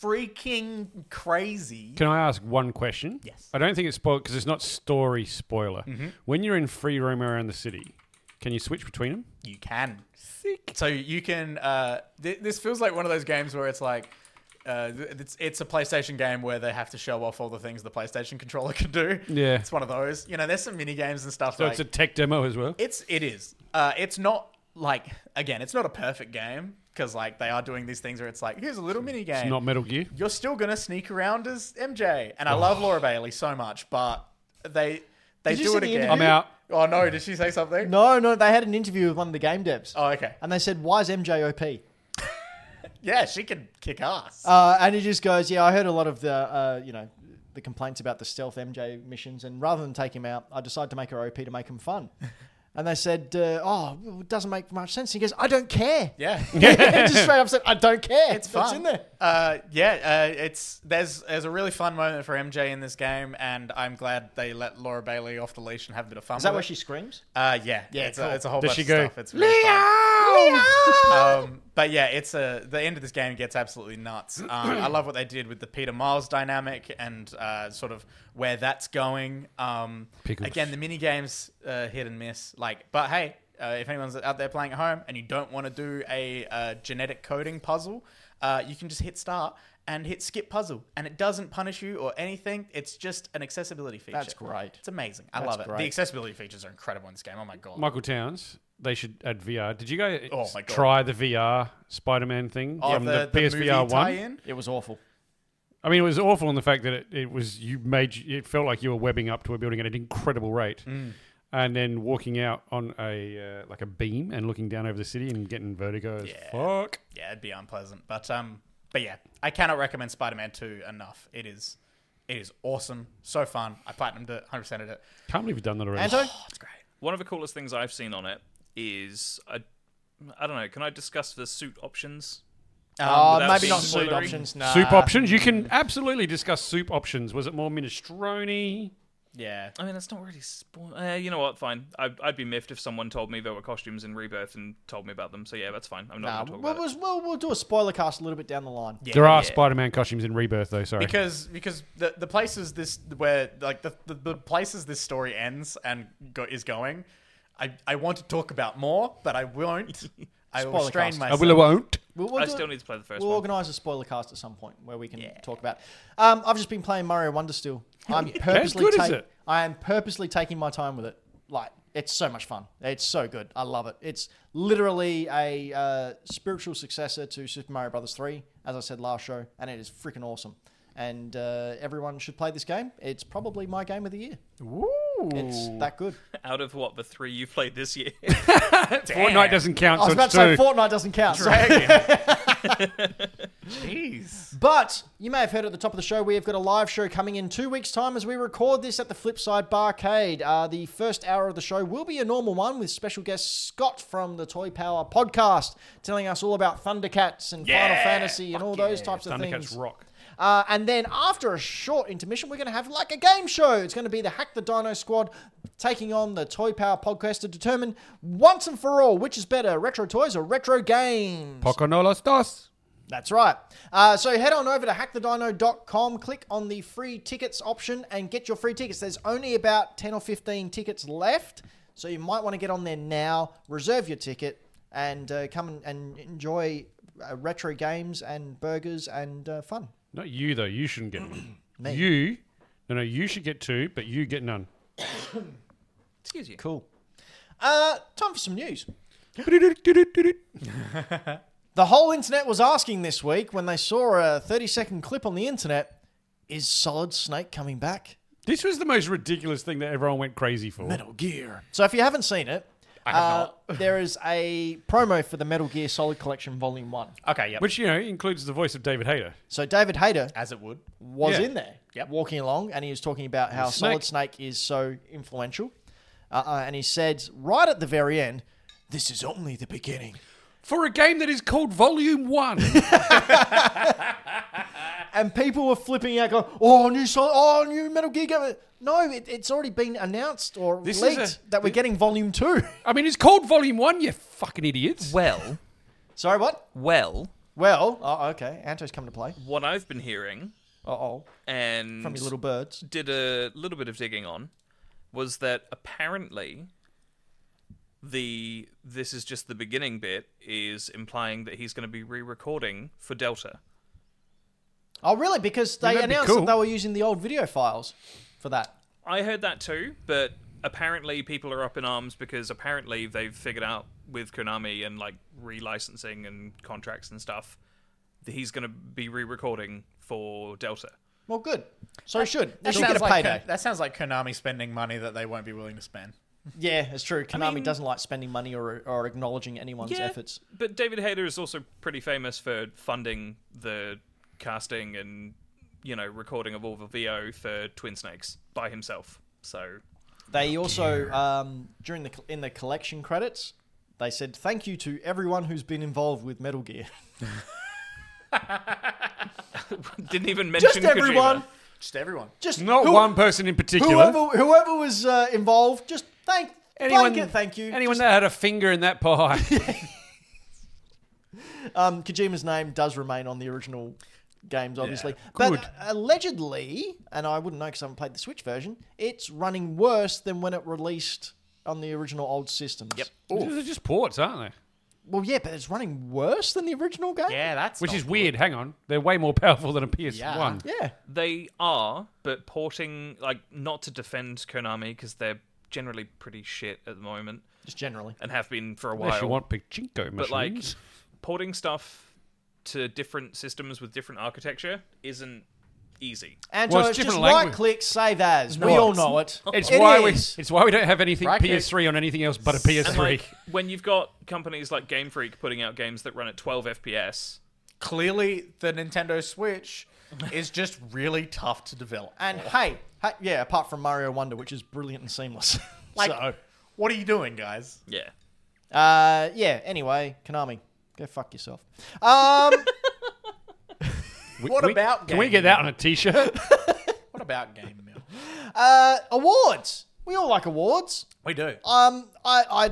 S3: freaking crazy.
S4: Can I ask one question?
S3: Yes. Mm-hmm.
S4: I don't think it's spoiled because it's not story spoiler. When you're in free roam around the city, can you switch between them?
S3: You can. Sick. So you can. Uh, th- this feels like one of those games where it's like. Uh, th- it's, it's a PlayStation game where they have to show off all the things the PlayStation controller can do.
S4: Yeah.
S3: it's one of those. You know, there's some mini games and stuff.
S4: So
S3: like,
S4: it's a tech demo as well.
S3: It's it is. Uh, it's not like again, it's not a perfect game because like they are doing these things where it's like here's a little mini game.
S4: It's not Metal Gear.
S3: You're still gonna sneak around as MJ, and I
S4: Oh.
S3: love Laura Bailey so much, but they they
S2: Did you
S3: do
S2: see
S3: it
S2: the
S3: again.
S2: interview?
S4: I'm out.
S3: Oh no, did she say something?
S2: No, no, they had an interview with one of the game devs,
S3: Oh okay.
S2: and they said, "Why is MJ OP?"
S3: Yeah, she can kick ass.
S2: Uh, and he just goes, "Yeah, I heard a lot of the, uh, you know, the complaints about the stealth MJ missions, and rather than take him out, I decided to make her OP to make him <laughs> fun." And they said, uh, "Oh, well, it doesn't make much sense." He goes, "I don't care." <laughs>
S3: yeah.
S2: just straight up said, "I don't care."
S3: It's fun.
S2: in there.
S3: Uh, yeah, uh, it's there's there's a really fun moment for MJ in this game, and I'm glad they let Laura Bailey off the leash and have a bit of fun.
S2: Is that
S3: with
S2: where
S3: it.
S2: she <laughs> screams?
S3: Uh, yeah, yeah. It's,
S2: cool.
S3: a, it's a whole
S4: Does
S3: bunch
S4: she
S3: of
S4: go,
S3: stuff. It's really fun. um, but yeah, it's a the end of this game gets absolutely nuts. Um, I love what they did with the Peter Miles dynamic and uh, sort of where that's going. Um,
S4: Pickles.
S3: again, the mini games uh, hit and miss. Like, but hey, uh, if anyone's out there playing at home and you don't want to do a uh, genetic coding puzzle, uh, you can just hit start and hit skip puzzle, and it doesn't punish you or anything. It's just an accessibility feature.
S2: <laughs> That's great.
S3: It's amazing. I
S2: That's
S3: love it. The
S2: great.
S3: accessibility features are incredible in this game. Oh my god.
S4: Michael Towns. They should add VR. Did you go
S3: Oh my God.
S4: try the VR Spider-Man thing
S3: Oh,
S4: from the, PSVR
S3: movie
S4: one?
S3: tie-in?
S2: It was awful.
S4: I mean, it was awful in the fact that it, it was you made you- it felt like you were webbing up to a building at an incredible rate,
S3: Mm.
S4: and then walking out on a uh, like a beam and looking down over the city and getting vertigo as
S3: Yeah.
S4: fuck.
S3: yeah, it'd be unpleasant. But um, but yeah, I cannot recommend Spider Man Two enough. It is, it is awesome, so fun. I platinumed it, hundred percent it.
S4: Can't believe you've done that already.
S2: Anto,
S3: Oh, it's great.
S1: One of the coolest things I've seen on it is I, I don't know. Can I discuss the suit options?
S2: oh,
S1: without
S2: maybe
S1: being
S2: not
S1: spoilery.
S2: suit options. Nah.
S4: soup
S3: uh,
S4: options. You can absolutely discuss soup options. Was it more minestrone?
S3: Yeah,
S1: I mean, that's not really spoil. Uh, you know what? Fine. I, I'd be miffed if someone told me there were costumes in Rebirth and told me about them. So yeah, that's fine. I'm not
S2: Nah,
S1: going to talk
S2: we'll,
S1: about it.
S2: we'll, we'll do a spoiler cast a little bit down the line.
S3: yeah.
S4: there are
S1: yeah.
S4: Spider-Man costumes in Rebirth, though. Sorry.
S3: because because the the places this where like the the, the places this story ends and go, is going, I I want to talk about more, but I
S4: <laughs>
S3: won't. I will
S2: Spoiler
S3: strain
S2: cast.
S4: I
S3: myself.
S4: will. I Uh, won't.
S2: We'll, we'll
S1: I
S2: do
S1: still
S2: it-
S1: need to play the 1st
S2: We'll
S1: one.
S2: organise a spoiler cast at some point where we can talk about. Um, I've just been playing Mario Wonder still. I'm purposely
S4: good is
S2: ta-
S4: it?
S2: I am purposely taking my time with it. Like it's so much fun. It's so good. I love it. It's literally a uh, spiritual successor to Super Mario Brothers Three, as I said last show, and it is freaking awesome. And uh, everyone should play this game. It's probably my game of the year. It's that good.
S1: Out of what the three you played this year,
S4: Fortnite doesn't count.
S2: I was
S4: so
S2: about
S4: it's
S2: to say
S4: two.
S2: Fortnite doesn't count. so-
S3: Dragon. <laughs> Jeez.
S2: But you may have heard at the top of the show, we have got a live show coming in two weeks' time as we record this at the Flipside Barcade. Uh, the first hour of the show will be a normal one with special guest Scott from the Toy Power podcast telling us all about Thundercats and Final
S1: Yeah!
S2: Fantasy and all those
S3: yeah.
S2: types of things.
S4: Thundercats rock.
S2: Uh, and then after a short intermission, we're going to have like a game show. It's going to be the Hack the Dino Squad taking on the Toy Power podcast to determine once and for all which is better, retro toys or retro games.
S4: Poco no los dos.
S2: That's right. Uh, so head on over to hackthedino.com, click on the free tickets option, and get your free tickets. There's only about 10 or 15 tickets left, so you might want to get on there now, reserve your ticket, and uh, come and, and enjoy uh, retro games and burgers and uh, fun.
S4: Not you though. You shouldn't get one.
S2: <clears throat> Me.
S4: You. No, no. You should get two, but you get none.
S1: Excuse you.
S2: Cool. Uh, time for some news.
S4: That's
S2: The whole internet was asking this week when they saw a 30 second clip on the internet is Solid Snake coming back?
S4: This was the most ridiculous thing that everyone went crazy for.
S3: Gear.
S2: So if you haven't seen it,
S3: have
S2: uh,
S4: <laughs>
S2: there is a promo for the Metal Gear Solid Collection Volume 1.
S3: Okay, yep.
S4: Which, you know, includes the voice of David Hayter.
S2: So David Hayter
S3: As it would.
S2: was
S4: Yeah.
S2: in there
S3: Yep.
S2: walking along and he was talking about how Solid
S4: Snake.
S2: Snake is so influential. Uh, uh, and he said right at the very end, this is only the beginning.
S4: For a game that is called Volume 1.
S2: And people were flipping out, going, "Oh, new Solid, oh, new Metal Gear game." No, it, it's already been announced or
S4: This is
S2: leaked
S4: a-
S2: that we're getting Volume Two. <laughs>
S4: I mean, it's called Volume 1, you fucking idiots.
S5: Well,
S2: Sorry, what?
S5: well,
S2: <laughs> Well, oh, okay, Anto's come to play.
S1: What I've been hearing
S2: Uh oh,
S1: and
S2: from your little birds.
S1: did a little bit of digging on was that apparently the this is just the beginning bit is implying that he's going to be re-recording for Delta.
S2: Oh, really? Because they
S4: that'd be
S2: announced
S4: cool.
S2: that they were using the old video files for that.
S1: I heard that too, but apparently people are up in arms because apparently they've figured out with Konami and like relicensing and contracts and stuff that he's going to be re-recording for Delta.
S2: Well, good. So you should. They
S3: That
S2: should get
S3: sounds,
S2: a
S3: like,
S2: payday.
S3: that sounds like Konami spending money that they won't be willing to spend.
S2: yeah, it's true. Konami
S1: mean-
S2: doesn't like spending money or, or acknowledging anyone's
S1: Yeah,
S2: efforts.
S1: But David Hayter is also pretty famous for funding the casting and you know recording of all the VO for Twin Snakes by himself. So <laughs>
S2: They also um, during the in the collection credits, they said thank you to everyone who's been involved with Metal Gear.
S1: didn't even mention
S2: Just everyone.
S1: Kojima.
S3: Just everyone.
S2: Just
S4: Not
S2: who-
S4: one person in particular.
S2: Whoever whoever was uh, involved, just thank anyone. Blanket, thank you.
S4: Anyone that had a finger in
S2: <laughs>
S4: that pie.
S2: Um, Kojima's name does remain on the original games, obviously.
S4: Good.
S2: But allegedly, and I wouldn't know because I haven't played the Switch version, it's running worse than when it released on the original old systems. Yep.
S4: These are just ports, aren't they?
S2: Well, yeah, but it's running worse than the original game.
S3: Yeah, that's
S4: Which
S3: not
S4: is weird. Hang on. They're way more powerful than a PS1.
S2: Yeah.
S1: They are, but porting like not to defend Konami because they're generally pretty shit at the moment
S2: Just generally.
S1: and have been for a
S4: Unless you
S1: while.
S4: want pachinko machines.
S1: but like porting stuff to different systems with different architecture isn't easy.
S2: And
S4: Well,
S2: so
S4: it's
S2: it's just
S4: different language.
S2: right click, save as. we
S4: No,
S2: all
S4: it's
S2: know it.
S4: it's
S2: It
S4: why we
S2: is.
S4: it's why we don't have anything
S3: Right,
S4: PS3 on anything else but a PS3.
S1: And like when you've got companies like Game Freak putting out games that run at 12 FPS,
S3: Clearly, the Nintendo Switch <laughs> is just really tough to develop.
S2: And hey, hey, yeah, apart from Mario Wonder, which is brilliant and seamless. <laughs>
S3: Like,
S2: so,
S3: what are you doing, guys?
S1: yeah.
S2: uh, yeah, anyway, Konami, go fuck yourself. Um,
S4: We-
S3: what
S4: we-
S3: about
S4: Can we
S3: game
S4: get that on a t-shirt?
S3: What about game mill?
S2: uh, awards. We all like awards.
S3: We do. <laughs>
S2: Um, I, I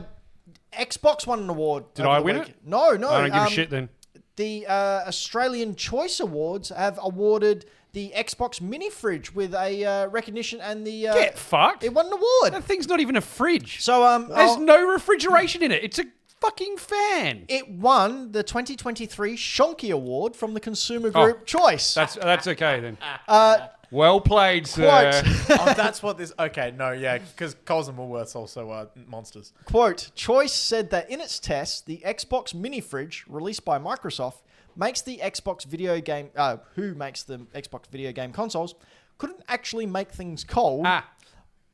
S2: Xbox won an award. Did
S4: I win it?
S2: No, no.
S4: I don't give
S2: um,
S4: a shit then.
S2: The uh, Australian Choice Awards have awarded the Xbox Mini Fridge with a uh, recognition and the uh,
S4: Get fucked.
S2: it won an award.
S4: that thing's not even a fridge.
S2: So um,
S4: There's
S2: I'll-
S4: no refrigeration in it. It's a fucking fan.
S2: it won the 2023 Shonky Award from the consumer group Choice.
S4: Oh. That's that's okay then. Uh, well played, sir.
S2: Quote,
S3: oh, that's what this. Okay, no, yeah, because Coles and Woolworths also are monsters.
S2: quote, Choice said that in its test, the Xbox mini fridge released by Microsoft makes the Xbox video game, uh, who makes the Xbox video game consoles, couldn't actually make things cold,
S4: <laughs> Ah,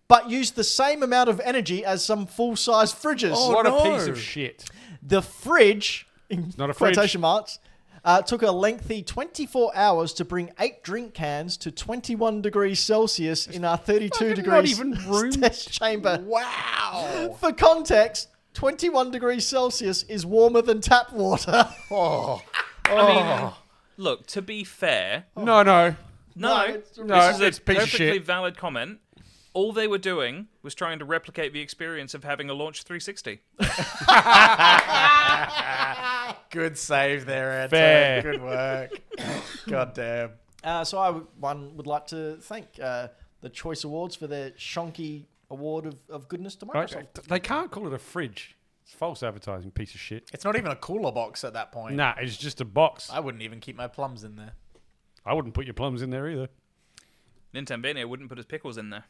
S2: but used the same amount of energy as some full size fridges.
S4: Oh, what
S3: no.
S4: a piece of shit.
S2: The fridge, in
S4: not a fridge.
S2: quotation marks, Uh, it took a lengthy 24 hours to bring eight drink cans to 21 degrees Celsius in our 32
S4: fucking not
S2: degrees
S4: even
S2: <laughs>
S4: room
S2: test chamber.
S3: Wow.
S2: For context, 21 degrees Celsius is warmer than tap
S4: <laughs>
S2: water.
S1: I mean, look. To be fair,
S4: Oh. No, no.
S1: no,
S2: it's-
S1: this
S4: No,
S1: is a
S4: it's piece of
S1: perfectly
S4: shit.
S1: valid comment. All they were doing was trying to replicate the experience of having a launch 360.
S3: Good save there, Anto.
S4: Fair.
S3: Good work. <laughs> God damn.
S2: Uh, so I, w- one, would like to thank uh, the Choice Awards for their shonky award of, of goodness to Microsoft.
S4: Right? They can't call it a fridge. It's false advertising, piece of shit.
S3: It's not even a cooler box at that point.
S4: Nah, it's just a box.
S3: I wouldn't even keep my plums in there.
S4: I wouldn't put your plums in there either.
S1: Nintendo wouldn't put his pickles in there.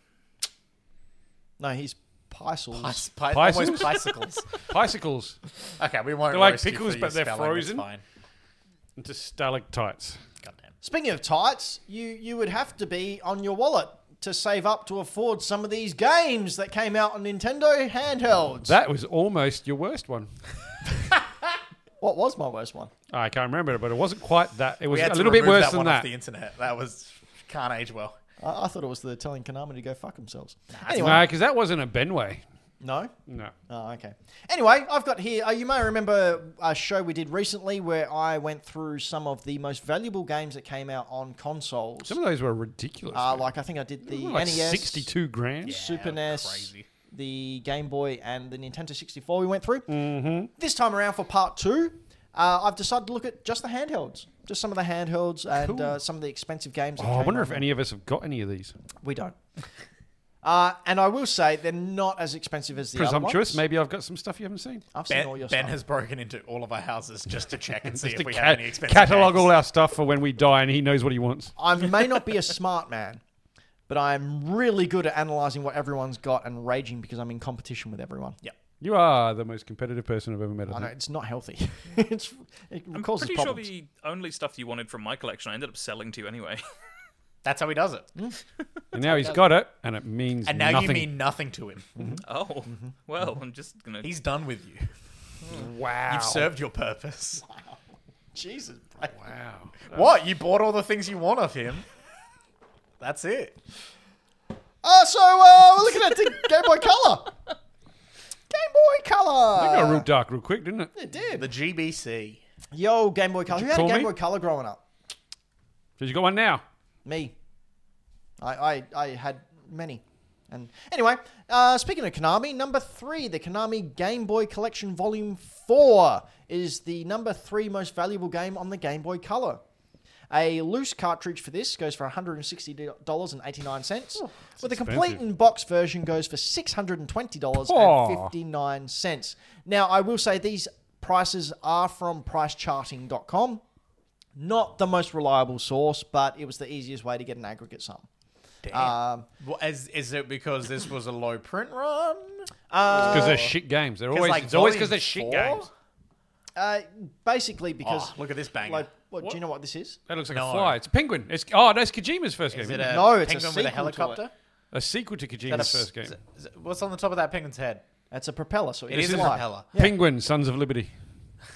S2: No, he's Pisels.
S3: Pice, pi- <laughs>
S4: Pisces?
S3: almost bicycles.
S4: Bicycles
S3: okay, we won't.
S4: They're like
S3: roast you for
S4: pickles,
S3: your
S4: but they're
S3: spelling, it's
S4: frozen.
S3: Fine.
S4: into stalactites.
S3: God damn.
S2: Speaking of tights, you, you would have to be on your wallet to save up to afford some of these games that came out on Nintendo handhelds.
S4: That was almost your worst one.
S2: what was my worst one?
S4: I can't remember it, but it wasn't quite that. It was
S3: We had
S4: a
S3: to
S4: little bit
S3: remove
S4: worse
S3: that
S4: than
S3: one
S4: that.
S3: Off the internet. That was can't age well.
S2: I, I thought it was the telling Konami to go fuck themselves.
S4: No,
S2: anyway,
S4: 'cause because that wasn't a Benway.
S2: no.
S4: No.
S2: Oh, okay. Anyway, I've got here. Uh, you may remember a show we did recently where I went through some of the most valuable games that came out on consoles.
S4: Some of those were ridiculous.
S2: Uh,
S4: man.
S2: like I think I did the E
S4: They were like
S2: NES,
S4: 62 grand.
S2: Super
S3: E Yeah,
S2: NES,
S3: crazy.
S2: the Game Boy, and the Nintendo 64. We went through. Mm-hmm. This time around for part two, uh, I've decided to look at just the handhelds, just some of the handhelds and uh, some of the expensive games. that
S4: Oh, I
S2: came
S4: wonder
S2: out.
S4: if any of us have got any of these.
S2: we don't. Uh, and I will say they're not as expensive as the
S4: Presumptuous.
S2: Other ones.
S4: Maybe I've got some stuff you haven't seen.
S2: I've seen
S3: Ben,
S2: all your
S3: Ben
S2: stuff.
S3: has broken into all of our houses just to check
S4: <laughs>
S3: and see
S4: Just
S3: if
S4: to
S3: we
S4: ca-
S3: have any expensive
S4: catalog
S3: games.
S4: all our stuff for when we die, and he knows what he wants.
S2: I may not be a smart man, but I'm really good at analysing what everyone's got and raging because I'm in competition with everyone.
S3: Yep.
S4: You are the most competitive person I've ever met. I
S2: I know
S4: think.
S2: it's not healthy. <laughs> it's, it
S1: I'm
S2: causes
S1: pretty
S2: problems.
S1: sure the only stuff you wanted from my collection I ended up selling to you anyway. <laughs>
S3: That's how he does it.
S4: And now he's got it, and it means
S3: And now
S4: nothing.
S3: you mean nothing to him.
S1: oh, well, I'm just gonna.
S3: Mm-hmm. He's done with you.
S4: wow.
S3: You've served your <laughs> purpose.
S2: Jesus, Brad.
S4: wow.
S3: What? You bought all the things you want of him. That's it.
S2: Uh, so uh, we're looking at the Game Boy Color. Game Boy
S4: That got
S3: uh,
S4: real
S2: Color.
S4: dark real quick, didn't it?
S2: It did.
S3: The GBC.
S2: Yo, Game Boy Color.
S4: you
S2: Who had a
S4: call
S2: Game
S4: me?
S2: Boy Color growing up?
S4: So you got one now.
S2: Me. I, I, I had many. And anyway, uh, speaking of Konami, number three, the Konami Game Boy Collection Volume 4 is the number three most valuable game on the Game Boy Color. A loose cartridge for this goes for $160.89, with a complete
S4: expensive.
S2: in box version goes for $620.59. Now, I will say these prices are from pricecharting.com not the most reliable source, but it was the easiest way to get an aggregate sum.
S3: Damn.
S2: Um,
S3: Uh, Well, is, is it because this was a low print run?
S4: Because they're shit games. They're always
S3: Uh, like,
S4: it's always
S3: volume
S4: because they're shit
S3: four?
S4: games.
S2: uh, basically, because
S3: Oh, look at this banger.
S2: like, what,
S4: What?
S2: do you know what this is?
S4: That looks like
S3: No.
S4: a fly. It's a penguin. It's oh, that's Kojima's first
S3: is
S4: game.
S3: it
S4: isn't
S3: a
S2: No, it's a
S3: penguin with
S2: sequel
S3: a
S2: to
S3: helicopter?
S2: it.
S4: it? a sequel to
S3: Is that
S4: Kojima's
S3: a-
S4: first game.
S3: is it- is it- what's on the top of that penguin's head?
S2: That's a propeller, so it,
S3: It
S2: is
S3: is a
S2: fly.
S3: propeller.
S2: Yeah.
S4: Penguin, Sons of Liberty. <laughs>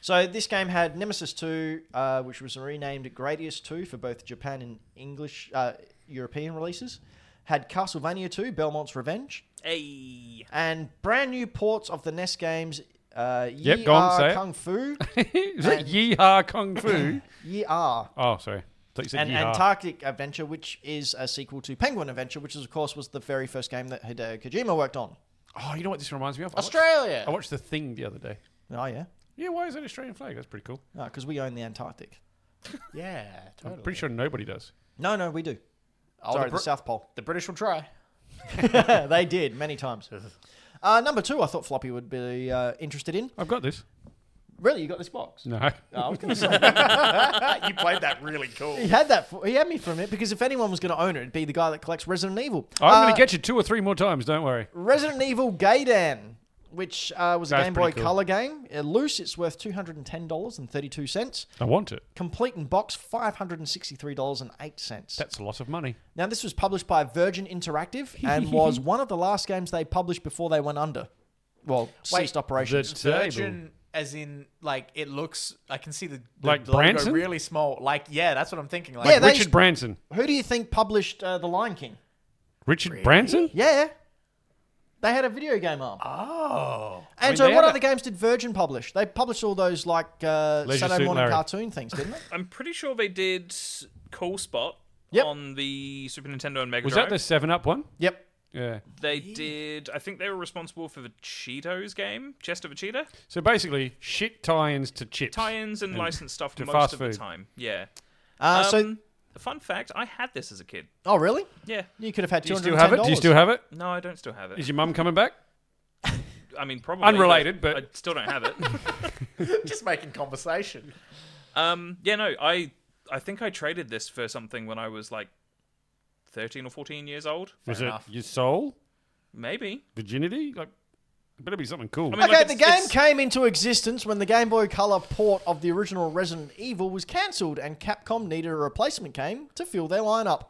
S2: So this game had Nemesis Two, uh, which was renamed Gradius Two for both Japan and English uh, European releases. Had Castlevania Two, Belmont's Revenge,
S1: Hey,
S2: and brand new ports of the NES games. Uh,
S4: Yep, go on,
S2: Yee Ah
S4: say it.
S2: Kung
S4: <laughs>
S2: Fu,
S4: is it Yeehaw
S3: <laughs>
S4: Kung Fu?
S2: Yee Ah.
S4: oh, sorry. I thought you said
S2: and
S4: Yeehaw.
S2: Antarctic Adventure, which is a sequel to Penguin Adventure, which is of course was the very first game that Hideo Kojima worked on.
S4: oh, you know what this reminds me of? I watched-
S3: Australia.
S4: I watched The Thing the other day.
S2: Oh yeah,
S4: Yeah, why is that Australian flag? That's pretty cool.
S2: because we own the Antarctic.
S3: Yeah, totally.
S4: I'm pretty sure nobody does.
S2: No, no, we do.
S3: Oh,
S2: Sorry,
S3: the,
S2: the,
S3: Br-
S2: South <laughs> Pole.
S3: the British will try.
S2: they did many times. Uh, number two, I thought Floppy would be uh, interested in.
S4: I've got this.
S2: Really, you got this box?
S4: No. <laughs>
S2: Oh, <laughs> I was going to say
S3: you played that really cool.
S2: he had that. For, he had me from it because if anyone was going to own it, it'd be the guy that collects Resident Evil.
S4: I'm going
S2: Uh,
S4: to get you two or three more times. Don't worry.
S2: Resident Evil Gaydan, which uh, was a
S4: That's
S2: Game Boy
S4: pretty cool.
S2: Color game. Uh, loose, it's worth two hundred and ten dollars and thirty-two cents.
S4: I want it.
S2: complete in box $563.08.
S4: That's a lot of money.
S2: Now, this was published by Virgin Interactive and was one of the last games they published before they went under. Well, ceased operations.
S4: That's-
S3: Virgin as in like it looks. I can see the, the
S4: Like
S3: logo
S4: Branson?
S3: really small. Like yeah, that's what I'm thinking. Like
S2: Yeah, they-
S4: Richard Branson.
S2: Who do you think published uh, The Lion King?
S4: Richard Branson?
S2: Yeah. They had a video game arm.
S3: Uh, oh,
S2: and
S1: mean,
S2: so,
S1: they
S2: what
S1: had
S2: other games did Virgin publish? They published all those like uh,
S4: Leisure
S2: Saturday
S4: Suit
S2: morning
S4: Larry.
S2: cartoon things, didn't they?
S1: I'm pretty sure they did Cool Spot
S2: Yep.
S1: on the Super Nintendo and Mega
S4: Was
S1: Drive.
S4: that the Seven Up one?
S2: yep.
S4: Yeah.
S1: They did. I think they were responsible for the Cheetos game, Chest of a Cheetah.
S4: So basically, shit tie-ins to chips.
S1: Tie-ins and licensed stuff
S4: to
S1: most
S4: fast
S1: of
S4: food.
S1: the time. Yeah.
S2: Uh, so,
S1: Um, fun fact: I had this as a kid.
S2: oh really?
S1: Yeah.
S2: You could have had two
S4: Do you
S2: hundred
S4: still
S2: and
S4: have
S2: ten
S4: it?
S2: dollars.
S4: Do you still have it?
S1: No, I don't still have it.
S4: Is your mum coming back?
S1: I mean, probably
S4: Unrelated, but-
S1: I still
S4: <laughs>
S1: don't have it.
S3: just making conversation.
S1: um, yeah, no, I I think I traded this for something when I was like thirteen or fourteen years old,
S4: Was
S3: enough.
S4: it your soul,
S1: maybe.
S4: virginity? Like, it better be something cool.
S1: I mean,
S2: okay,
S1: like,
S2: the
S1: it's-
S2: game
S1: it's-
S2: came into existence when the Game Boy Color port of the original Resident Evil was cancelled, and Capcom needed a replacement game to fill their lineup.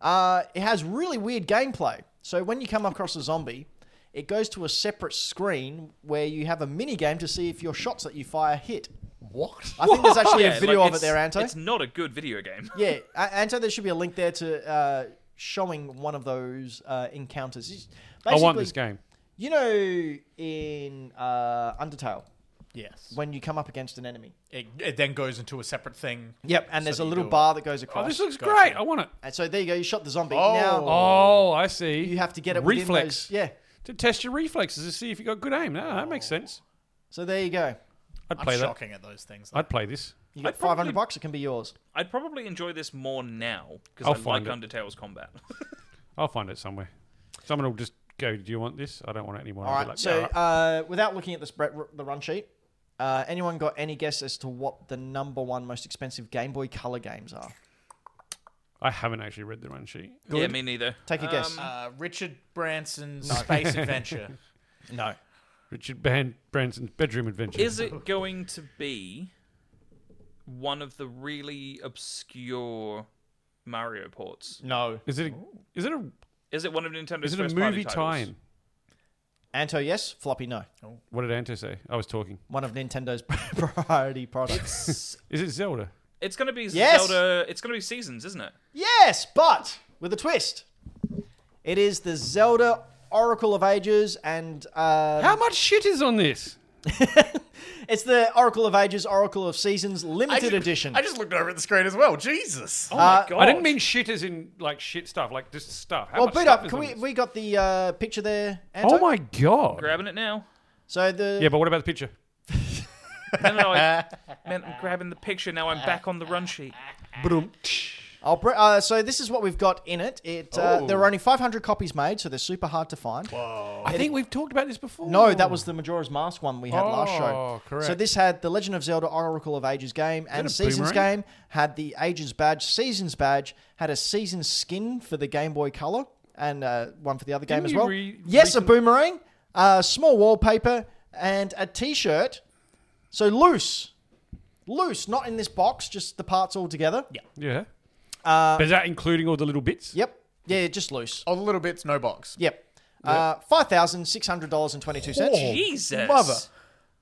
S2: Uh, it has really weird gameplay. So when you come across a zombie, it goes to a separate screen where you have a mini game to see if your shots that you fire hit.
S3: What?
S2: I think there's
S4: <laughs>
S2: actually
S1: Yeah,
S2: a video
S1: like,
S2: of it
S1: it's-
S2: there, Anto.
S1: It's not a good video game.
S2: Yeah, A- Anto, there should be a link there to uh, showing one of those uh, encounters. It's
S4: I want
S2: basically-
S4: this game.
S2: You know, in uh, Undertale,
S3: Yes.
S2: when you come up against an enemy.
S3: It, it then goes into a separate thing.
S2: Yep, and there's
S3: So
S2: a
S3: you
S2: little
S3: do it.
S2: bar that goes
S4: Oh,
S2: across.
S4: this looks
S3: Gotcha.
S4: great. I want it.
S2: and so there you go. You shot the zombie.
S3: Oh.
S2: Now
S4: Oh, I see.
S2: you have to get it within
S4: reflex
S2: those- Yeah.
S4: to test your reflexes to see if you got good aim. No, that makes sense.
S2: So there you go.
S4: I'd
S3: I'm
S4: play that.
S3: shocking at those things.
S4: I'd play this.
S2: You got
S1: I'd
S2: 500
S1: probably-
S2: bucks. It can be yours.
S1: I'd probably enjoy this more now because
S4: I'll
S1: I like
S4: find
S1: Undertale's combat.
S4: I'll find it somewhere. Someone will just go, "Do you want this? I don't want it anymore."
S2: All
S4: I'll
S2: right.
S4: be like,
S2: so
S4: "Yeah, all right."
S2: Uh, without looking at the spread, the run sheet, uh, anyone got any guess as to what the number one most expensive Game Boy Color games are?
S4: I haven't actually read the run sheet.
S1: yeah, me neither.
S2: Take a guess.
S1: Um,
S3: Uh, Richard Branson's
S4: <laughs>
S3: space adventure.
S2: No.
S4: Richard Ban- Branson's bedroom adventure.
S1: Is it going to be one of the really obscure Mario ports?
S3: No.
S4: Is it? A, is it a?
S1: Is it one of Nintendo's
S4: Is it a
S1: first
S4: movie
S1: party titles?
S4: tie-in?
S2: Anto, yes. Floppy, no.
S4: What did Anto say? I was talking.
S2: One of Nintendo's <laughs> priority products.
S4: Is it Zelda?
S1: It's going to be
S2: Yes!
S1: Zelda. It's going to be Seasons, isn't it?
S2: Yes, but with a twist. It is the Zelda Oracle of Ages, and uh,
S4: How much shit is on this?
S2: it's the Oracle of Ages, Oracle of Seasons Limited Edition.
S3: I just looked over at the screen as well. Jesus.
S1: Oh my god!
S4: I didn't mean shit as in like shit stuff, like just stuff.
S2: Uh,
S4: How
S2: well,
S4: much
S2: boot
S4: stuff
S2: up.
S4: is
S2: Can
S4: on
S2: we?
S4: this?
S2: We got the uh, picture there. Anto?
S4: Oh my god!
S1: grabbing it now.
S2: So the
S4: Yeah, but what about the picture?
S1: No, no, no, I meant I'm grabbing the picture. Now I'm back on the run sheet.
S2: I'll br- uh, so this is what we've got in it. It uh, there were only 500 copies made, so they're super hard to find.
S4: I think we've talked about this before.
S2: Oh. No, that was the Majora's Mask one we had last show.
S4: Oh, correct.
S2: So this had the Legend of Zelda Oracle of Ages game and
S4: a
S2: Seasons
S4: boomerang?
S2: game, had the Ages badge, Seasons badge, had a Seasons skin for the Game Boy Color, and uh, one for the other game
S4: Didn't
S2: as
S4: you
S2: well.
S4: re-
S2: yes,
S4: recent-
S2: a boomerang, a small wallpaper, and a T-shirt. So loose, loose, not in this box, just the parts all together. Yeah.
S4: Yeah. But is that including all the little bits?
S2: Yep. Uh, Yeah, just loose.
S3: Oh, the little bits, no box.
S2: Yep. Uh, Five thousand six hundred dollars and twenty-two cents.
S1: Jesus,
S3: Mother.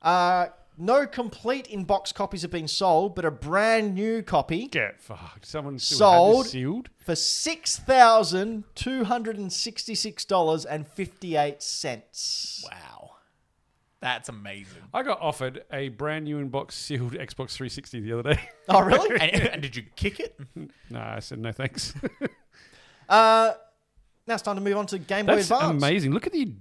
S2: Uh, no complete in-box copies have been sold, but a brand new copy
S4: Get fucked. Someone
S2: Sold.
S4: sold sealed.
S2: for six thousand two hundred and sixty-six dollars and fifty-eight cents.
S3: Wow. That's amazing.
S4: <laughs> I got offered a brand new inbox sealed Xbox 360 the other day. <laughs>
S2: Oh, really?
S3: and, and did you kick it?
S4: no, I said no
S2: <laughs>
S4: thanks.
S2: uh, now it's time to move on to Game Boy
S4: That's
S2: Advance.
S4: amazing. Look at the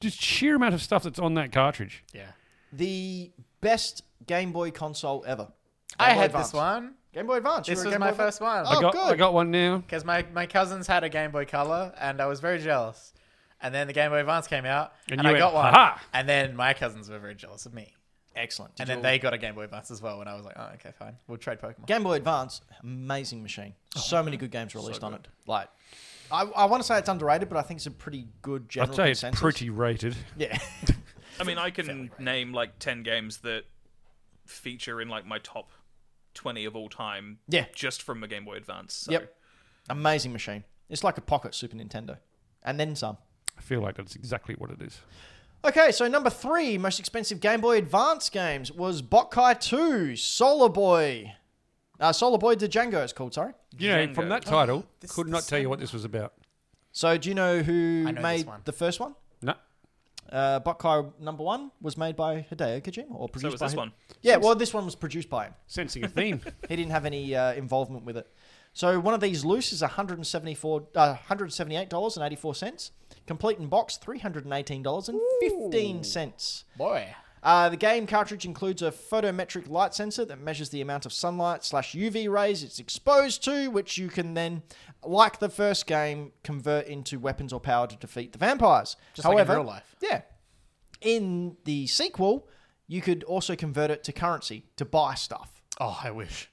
S4: just sheer amount of stuff that's on that cartridge.
S3: Yeah.
S2: The best Game Boy console ever. Game
S3: I
S2: Boy
S3: had
S2: Advance.
S3: this one.
S2: Game Boy Advance. You
S3: This
S2: were a
S3: was
S2: Game
S3: my
S2: Boy Advan-
S3: first one.
S2: Oh,
S4: I got
S2: good.
S4: I got one now.
S3: Because my, my cousins had a Game Boy Color, and I was very jealous. And then the Game Boy Advance came out,
S4: And
S3: and,
S4: you
S3: I
S4: went,
S3: got one.
S4: "Ha-ha."
S3: And then my cousins were very jealous of me.
S2: Excellent. Did
S3: and
S2: you
S3: then
S2: all-
S3: they got a Game Boy Advance as well, and I was like, oh, okay, fine. We'll trade Pokemon.
S2: Game Boy Advance, amazing machine.
S3: Oh,
S2: So many good games released on it. Like, I, I want to say it's underrated, but I think it's a pretty good general
S4: I'd say it's
S2: consensus.
S4: pretty rated.
S3: <laughs>
S2: Yeah. <laughs>
S1: I mean, I can name like ten games that feature in like my top twenty of all time.
S2: Yeah.
S1: just from a Game Boy Advance. so-
S2: Yep. Amazing machine. It's like a pocket Super Nintendo, and then some.
S4: I feel like that's exactly what it is.
S2: Okay, so number three most expensive Game Boy Advance games was Botkai 2, Solar Boy. Uh, Solar Boy de Django, it's called, sorry.
S4: You know,
S1: Django.
S4: from
S2: Oh,
S4: that title,
S3: this is
S4: could
S3: the
S4: not tell you what this was about.
S2: So, do you know who
S3: I know this
S2: made
S3: one.
S2: the first one?
S4: No.
S2: Uh, Botkai number one was made by Hideo Kojima, or produced
S1: So was
S2: by
S1: this
S2: him.
S1: one.
S2: Yeah, well, this one was produced by him.
S4: Sensing
S2: <laughs>
S4: a theme.
S2: He didn't have any uh, involvement with it. So one of these loose is 174 uh, $178.84. Complete in box, $318.15.
S3: Boy.
S2: Uh, the game cartridge includes a photometric light sensor that measures the amount of sunlight slash UV rays it's exposed to, which you can then, like the first game, convert into weapons or power to defeat the vampires.
S3: Just like in real life.
S2: Yeah. In the sequel, you could also convert it to currency to buy stuff.
S3: Oh, I wish.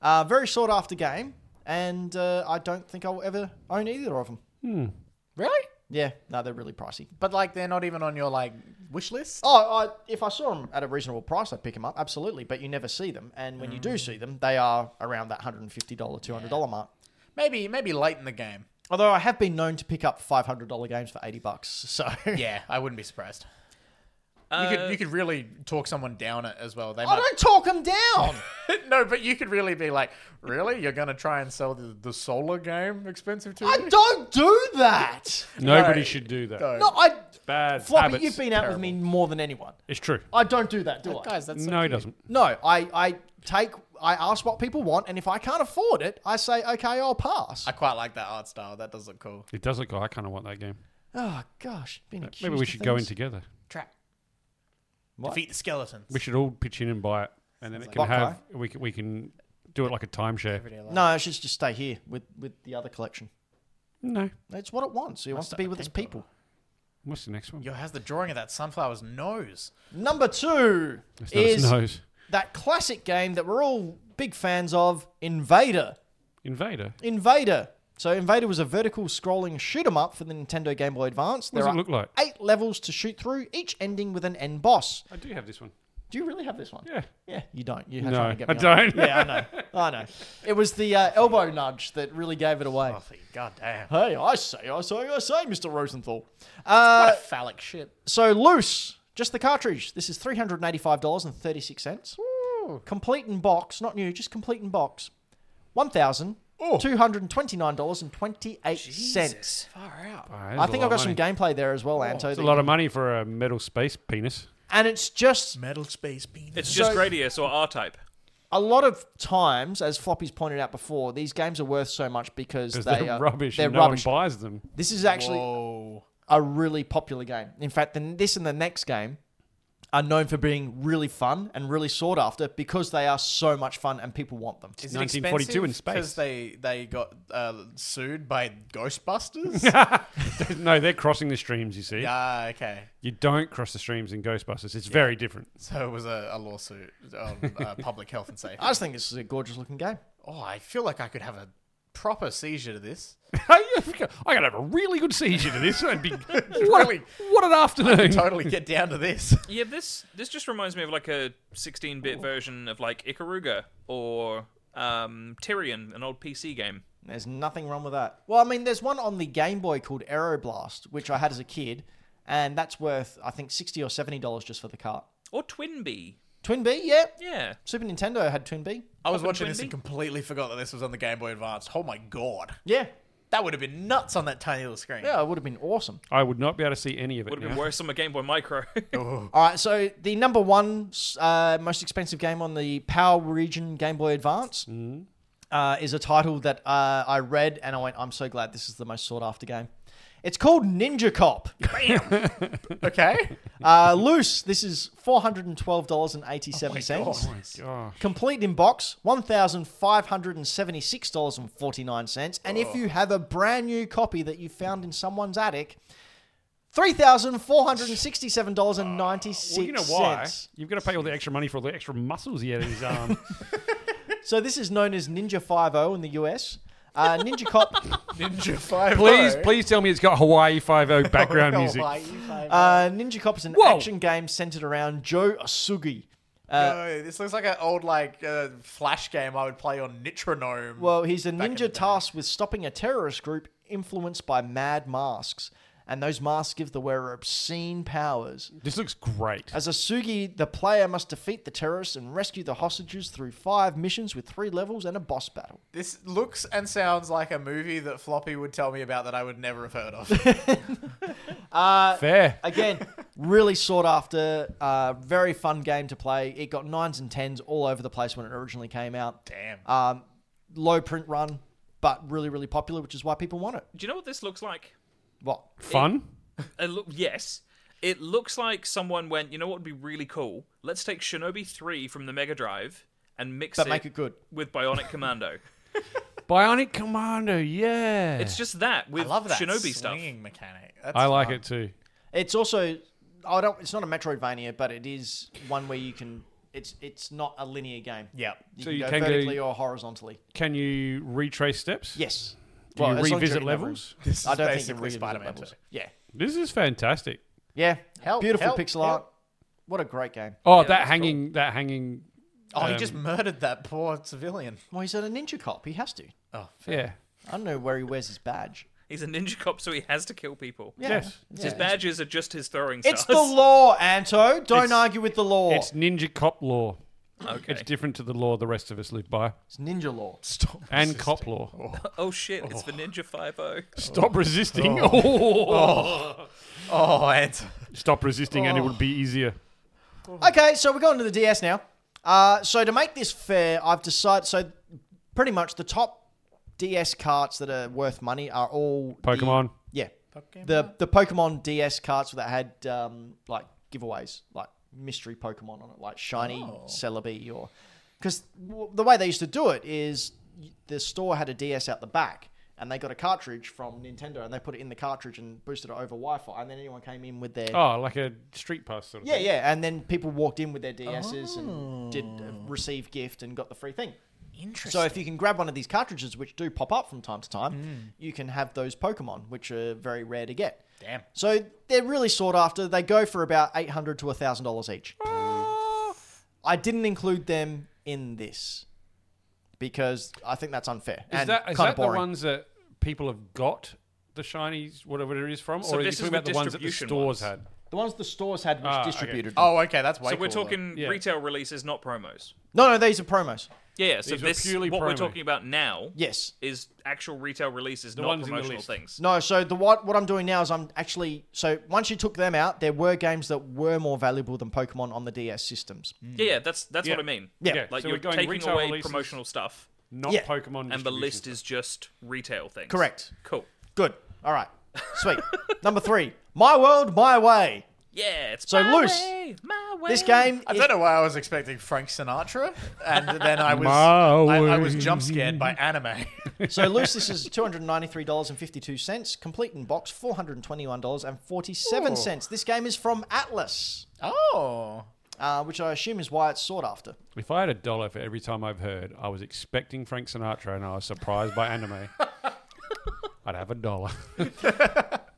S2: Uh, very sought after game, and uh, I don't think I'll ever own either of them.
S3: Really?
S2: Yeah, no, they're really pricey.
S3: But like, they're not even on your like wish list.
S2: Oh, I, if I saw them at a reasonable price, I'd pick them up, absolutely. But you never see them, and when you do see them, they are around that hundred and fifty dollar, two hundred dollar mark.
S3: Maybe, maybe late in the game.
S2: Although I have been known to pick up five hundred dollar games for eighty bucks, <laughs> so
S3: Yeah, I wouldn't be surprised.
S1: Uh,
S3: you could, you could really talk someone down it as well. They
S2: I
S3: might
S2: don't talk them down.
S3: <laughs> no, but you could really be like, really, you're gonna try and sell the, the solar game expensive to
S2: I don't do that.
S4: Nobody
S3: No.
S4: should do
S3: <laughs>
S4: that.
S3: No.
S2: No, I
S4: Bad
S2: floppy.
S4: habits.
S2: You've been out with me more than anyone.
S4: It's true.
S2: I don't do that, do I?
S3: guys, that's so
S4: no, he
S3: cute.
S4: doesn't.
S2: No, I, I take I ask what people want, and if I can't afford it, I say okay, I'll pass.
S3: I quite like that art style. That does look cool.
S4: It does look like I kind of want that game.
S2: oh gosh, been
S4: Uh, Maybe we should go in together.
S3: Trap.
S2: What?
S3: Defeat the skeletons.
S4: We should all pitch in and buy it, and then it can
S2: like-
S4: have we can, we can do it like a timeshare.
S3: Everyday life.
S2: No, I should just stay here with with the other collection.
S4: No,
S2: It's what it wants. It wants to be with its people.
S4: what's the next one?
S3: Yo, how's the drawing of that sunflower's nose?
S2: Number two
S4: That's not his
S2: is
S4: nose.
S2: that classic game that we're all big fans of, Invader.
S4: Invader.
S2: Invader. So Invader was a vertical scrolling shoot 'em up for the Nintendo Game Boy Advance.
S4: What
S2: There
S4: does
S2: are
S4: it look like?
S2: eight levels to shoot through, each ending with an end boss.
S4: I do have this one.
S2: Do you really have this one?
S4: Yeah.
S2: Yeah, you don't. You have
S4: No,
S2: trying to
S4: I
S2: get me on.
S4: don't. <laughs>
S2: Yeah, I know. <laughs> I know. It was the uh, elbow nudge that really gave it
S3: <laughs>
S2: away.
S4: Oh.
S3: Buffy, goddamn.
S2: Hey, I say, I say, I say, Mr. Rosenthal.
S3: What
S2: Uh,
S3: a phallic shit.
S2: so loose, just the cartridge. This is three hundred eighty-five dollars and thirty-six cents. Complete in box, not new, just complete in box.
S4: Oh.
S2: One thousand two hundred twenty-nine dollars and twenty-eight cents.
S3: Far out.
S4: Wow, that
S2: I
S4: is a
S2: think
S4: lot
S2: I've got
S4: of
S2: some
S4: money. Oh,
S2: gameplay there as well, Anto.
S4: It's a
S2: that-
S4: lot of money for a metal space penis.
S2: and it's just
S3: Metal space penis.
S1: it's just
S2: So-
S1: Gradius or R-Type.
S2: a lot of times, as Floppy's pointed out before, these games are worth so much because
S4: Because
S2: they
S4: they
S2: are
S4: are rubbish.
S2: They're
S4: and
S2: rubbish.
S4: No one buys them.
S2: this is actually
S3: Whoa.
S2: a really popular game. In fact, the, this and the next game are known for being really fun and really sought after because they are so much fun and people want them.
S3: Is
S4: 1942 in space.
S3: Because they, they got uh, sued by Ghostbusters?
S4: <laughs> no, they're crossing the streams. You see,
S3: ah, okay.
S4: you don't cross the streams in Ghostbusters. It's very different. <laughs>
S3: So it was a, a lawsuit on uh, public health and <laughs> safety.
S2: I just think this is a gorgeous looking game.
S3: Oh, I feel like I could have a proper seizure to this. <laughs>
S4: I gotta have a really good seizure to this.
S2: <laughs>
S4: I'd be <laughs> what,
S3: Really?
S4: what an afternoon.
S3: Totally get down to this.
S1: Yeah, this this just reminds me of like a 16-bit version of like Ikaruga or um, Tyrion, an old PC game.
S2: There's nothing wrong with that. Well, I mean, there's one on the Game Boy called Aeroblast, which I had as a kid, and that's worth, I think, 60 or $70 just for the cart.
S1: Or Twinbee.
S2: Twin B, yeah.
S1: Yeah.
S2: Super Nintendo had Twin B.
S3: I was
S1: Up in
S3: watching this and
S1: Twinbee?
S3: completely forgot that this was on the Game Boy Advance. Oh my god.
S2: Yeah.
S3: That would have been nuts on that tiny little screen.
S2: Yeah, it would have been awesome.
S4: I would not be able to see any of it.
S1: Would have
S4: now.
S1: been worse on my Game Boy Micro. <laughs>
S2: All right, so the number one uh, most expensive game on the Power Region Game Boy Advance
S4: Mm-hmm.
S2: uh, is a title that uh, I read and I went, I'm so glad this is the most sought after game. It's called Ninja
S4: <laughs>
S2: Cop.
S3: <laughs> Okay.
S2: Uh, loose, this is $412.87.
S4: Gosh.
S2: Complete in box, $1,576.49. And if
S4: Oh.
S2: you have a brand new copy that you found in someone's attic, $3,467.96.
S4: Well, you know why? You've got to pay all the extra money for all the extra muscles he had in his arm.
S2: <laughs>
S4: <laughs>
S2: So this is known as Ninja 5.0 in the US. Uh,
S3: <laughs>
S2: Ninja Cop.
S3: Ninja oh. 5.
S4: please, please tell me it's got Hawaii
S2: <laughs>
S4: Five
S2: Oh,
S4: O background music.
S3: <laughs>
S2: Uh, Ninja Cop is an
S4: Whoa.
S2: action game centered around Joe Asugi.
S3: this looks like an old like uh, flash game I would play on Nitronome.
S2: Well, he's
S3: Back
S2: a
S3: in the
S2: ninja
S3: day.
S2: tasked with stopping a terrorist group influenced by mad masks. and those masks give the wearer obscene powers.
S4: This looks great.
S2: As a Sugi, the player must defeat the terrorists and rescue the hostages through five missions with three levels and a boss battle.
S3: This looks and sounds like a movie that Floppy would tell me about that I would never have heard of.
S2: Uh,
S4: Fair.
S3: <laughs>
S2: Again, really sought after, uh, very fun game to play. It got nines and tens all over the place when it originally came out.
S3: Damn.
S2: Um, low print run, but really, really popular, which is why people want it.
S1: Do you know what this looks like?
S2: What?
S4: Fun.
S1: It loo- yes. It looks like someone went, you know what would be really cool? Let's take Shinobi 3 from the Mega Drive and mix
S2: But
S1: it,
S2: make it good.
S1: with
S2: <laughs>
S1: Bionic Commando.
S4: Bionic Commando. Yeah.
S1: It's just that
S3: I
S1: with
S3: love that
S1: Shinobi
S3: Shinobi
S1: stuff.
S3: slinging mechanic. That's
S4: I like
S3: fun.
S4: it too.
S2: It's also, I don't. It's not a Metroidvania, but it is one where you can. It's it's not a linear game.
S3: Yep.
S2: You
S4: So
S2: can
S4: you
S2: go
S4: can go-
S2: vertically or horizontally.
S4: Can you retrace steps?
S2: Yes.
S4: Do
S2: Well, as
S4: you
S2: long as you're
S4: revisit
S2: in that room.
S4: levels?
S3: This is
S2: I don't think it
S3: basically
S2: revisit
S3: Spider-Man
S2: levels.
S3: 2.
S2: Yeah.
S4: This is fantastic.
S2: Yeah.
S3: Help,
S2: Beautiful
S3: help,
S2: pixel
S3: help.
S2: art. What a great game.
S4: Oh,
S1: that's
S4: that hanging. That hanging.
S3: Oh, he
S4: Um,
S3: just murdered that poor civilian.
S2: Well, he's at a ninja cop. He has to.
S3: Oh,
S4: Yeah.
S2: I don't know where he wears his badge.
S1: He's a ninja cop, so he has to kill people.
S2: Yeah.
S4: Yes.
S2: Yeah.
S1: His badges are just his throwing stars.
S2: It's the law, Anto. Don't
S4: It's-
S2: argue with the law.
S4: It's
S2: It's,
S4: ninja cop law.
S1: <laughs> Okay.
S4: It's different to the law the rest of us live by,
S2: ninja law.
S3: stop.
S4: and cop law.
S1: Oh shit! It's the Ninja Five O.
S4: Stop resisting. <laughs> Oh.
S3: Oh, and
S4: Stop resisting, and it
S1: Oh.
S4: would be easier.
S2: Okay, so we're going to the DS now. Uh, so to make this fair, I've decided. So pretty much the top DS carts that are worth money are all the-
S4: Pokemon.
S2: yeah, the the Pokemon DS carts that had um, like giveaways, like mystery Pokemon on it, like shiny Celebi or because w- the way they used to do it is y- the store had a DS out the back. And they got a cartridge from Nintendo, and they put it in the cartridge and boosted it over Wi-Fi. And then anyone came in with their
S4: Oh, like a street pass sort of.
S2: yeah,
S4: thing.
S2: yeah, and then people walked in with their DSs and did uh,
S4: Oh.
S2: receive gift and got the free thing.
S3: Interesting.
S2: So if you can grab one of these cartridges, which do pop up from time to time,
S4: Hmm.
S2: you can have those Pokemon, which are very rare to get.
S3: Damn.
S2: So they're really sought after. They go for about eight hundred to thousand dollars each.
S4: Ah.
S2: I didn't include them in this because I think that's unfair
S4: Is
S2: and
S4: that is
S2: kind
S4: that
S2: of
S4: the
S2: boring.
S4: ones that people have got the shinies, whatever it is from,
S1: So
S4: or are you
S1: this
S4: talking
S1: is
S4: about
S1: the
S4: the ones that the
S1: distribution
S4: stores
S1: ones.
S4: had?
S2: the ones the stores had, which
S4: Ah, okay.
S2: distributed. them.
S3: Oh, okay, that's way
S1: So we're
S3: cooler.
S1: talking
S4: Yeah.
S1: retail releases, not promos.
S2: No, no, these are promos.
S1: Yeah. yeah, So
S4: These were
S1: this
S4: purely
S1: what we're
S4: promo.
S1: talking about now
S2: Yes.
S1: is actual retail releases, not
S4: ones in the
S1: promotional
S4: list.
S1: things.
S2: No, so the what what I'm doing now is I'm actually so once you took them out, there were games that were more valuable than Pokemon on the DS systems.
S3: Hmm.
S1: Yeah, yeah. That's that's
S4: Yeah.
S1: what I mean.
S2: Yeah.
S4: Okay,
S1: Like
S4: so
S1: you're
S4: we're going
S1: taking
S4: retail
S1: away
S4: releases,
S1: promotional stuff,
S4: not
S2: Yeah.
S4: Pokemon.
S1: and the
S4: distribution
S1: list
S4: stuff.
S1: is just retail things.
S2: Correct.
S1: Cool.
S2: Good. All right. Sweet. <laughs> Number three, My World, My Way.
S1: Yeah. It's
S2: So
S1: my
S2: loose.
S1: way, my
S2: This
S1: way.
S2: game.
S3: I
S2: is-
S3: don't know why I was expecting Frank Sinatra, and then I was
S4: My
S3: I, I was
S4: way.
S3: jump scared by anime.
S2: so loose. This is two hundred ninety three dollars and fifty two cents. Complete in box four hundred twenty one dollars and forty seven cents. This game is from Atlas,
S3: oh,
S2: uh, which I assume is why it's sought after.
S4: If I had a dollar for every time I've heard I was expecting Frank Sinatra and I was surprised by
S1: <laughs>
S4: anime, I'd have a dollar. <laughs>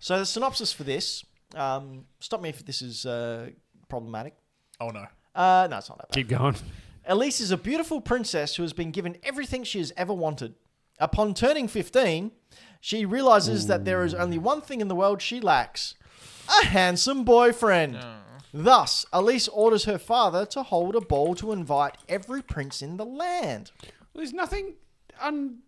S2: So the synopsis for this. Um, stop me if this is uh, problematic.
S3: oh no,
S2: Uh, no, it's not that bad.
S4: Keep going.
S2: Elise is a beautiful princess who has been given everything she has ever wanted. Upon turning 15, she realizes that there is only one thing in the world she lacks a handsome boyfriend. Thus, Elise orders her father to hold a ball to invite every prince in the land.
S4: There's nothing
S2: underhanded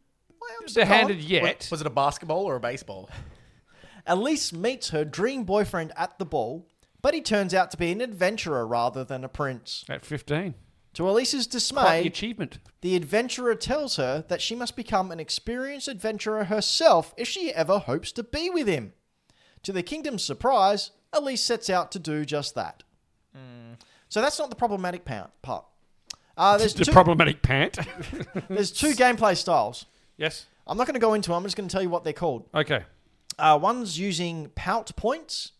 S4: underhanded yet.
S3: was it a basketball or a baseball? <laughs>
S2: Elise meets her dream boyfriend at the ball, but he turns out to be an adventurer rather than a prince.
S4: At 15.
S2: To Elise's dismay,
S4: Quite the achievement.
S2: The adventurer tells her that she must become an experienced adventurer herself if she ever hopes to be with him. To the kingdom's surprise, Elise sets out to do just that. So that's not the problematic pa- part. Uh, there's,
S4: The
S2: two,
S4: problematic pant.
S2: there's two gameplay styles.
S4: <laughs> yes.
S2: I'm not going to go into them, I'm just going to tell you what they're called.
S4: Okay.
S2: Uh, one's using pout points,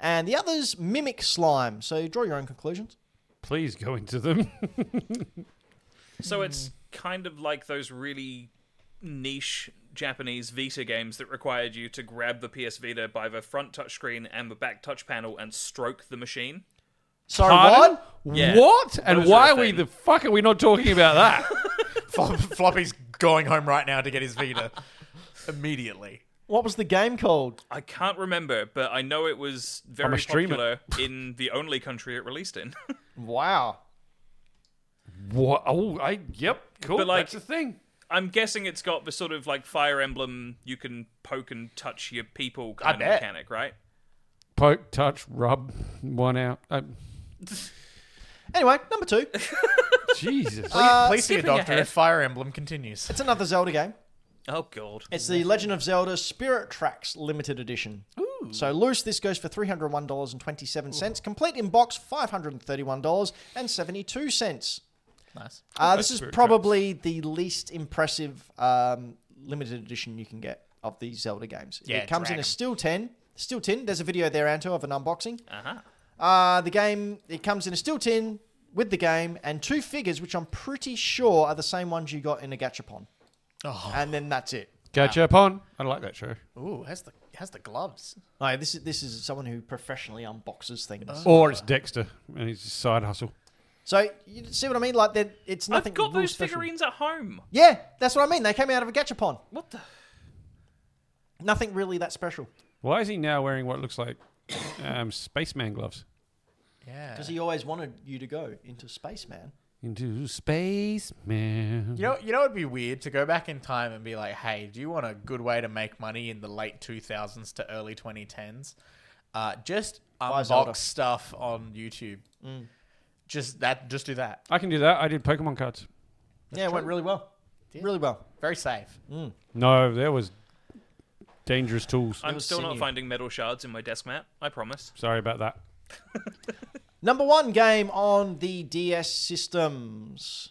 S2: and the other's mimic slime. So draw your own conclusions.
S4: Please go into
S1: <laughs>
S4: them.
S1: So it's kind of like those really niche Japanese Vita games that required you to grab the PS Vita by the front touchscreen and the back touch panel and stroke the machine.
S2: Sorry,
S4: Pardon?
S2: what?
S1: Yeah.
S4: What?
S1: Those
S4: And
S1: are
S4: why
S1: a
S4: are we
S1: thing.
S4: the fuck are we not talking about
S1: <laughs>
S4: that?
S3: Flop, Floppy's going home right now to get his Vita immediately.
S2: What was the game called?
S1: I can't remember, but I know it was very
S4: streamer.
S1: popular in the only country it released in. <laughs>
S2: Wow.
S4: What? Oh, I yep, cool.
S1: But, like-
S4: That's the thing.
S1: I'm guessing it's got the sort of like Fire Emblem, you can poke and touch your people kind of
S3: bet.
S1: mechanic, right?
S4: Poke, touch, rub, one out. Um,
S2: Anyway, number two.
S4: <laughs> Jesus.
S3: Please see a
S1: skipping
S3: doctor
S1: ahead.
S3: if Fire Emblem continues.
S2: It's another Zelda game.
S1: Oh god.
S2: It's the Legend of Zelda Spirit Tracks Limited Edition. Ooh. So loose, this goes for $301.27. Complete in box, $531.72.
S3: Nice.
S2: Uh, this is
S4: Spirit
S2: probably the least impressive um, limited edition you can get of the Zelda games.
S3: Yeah,
S2: it comes in
S3: drag 'em.
S2: a steel 10. Steel tin. There's a video there, Anto, of an unboxing.
S1: Uh-huh.
S2: Uh, the game, it comes in a steel tin with the game and two figures, which I'm pretty sure are the same ones you got in a Gachapon.
S3: Oh.
S2: And then that's it.
S4: Gachapon. I like that show.
S3: Ooh, has the has the gloves.
S2: No, this is this is someone who professionally unboxes things.
S4: Or it's Dexter and his side hustle.
S2: So you see what I mean? Like that, it's nothing.
S1: I've got
S2: real
S1: those
S2: special.
S1: figurines at home.
S2: Yeah, that's what I mean. They came out of a Gachapon.
S1: What the
S2: Nothing really that special
S4: Why is he now wearing what looks like um, spaceman gloves?
S3: Yeah.
S2: because he always wanted you to go into space, man.
S4: Into spaceman.
S3: You know, you know, it'd be weird to go back in time and be like, "Hey, do you want a good way to make money in the late 2000s to early 2010s? Uh, just
S2: Zelda." Mm.
S3: unbox stuff on YouTube. Just that, just do that.
S4: I can do that. I did Pokemon cards.
S2: yeah, it went really well.
S3: Yeah.
S2: Really well.
S3: Very safe.
S4: No, there was dangerous tools.
S1: I'm
S2: was
S1: still not
S2: sinew.
S1: finding metal shards in my desk mat, I promise.
S4: Sorry about that.
S2: Number one game on the DS systems.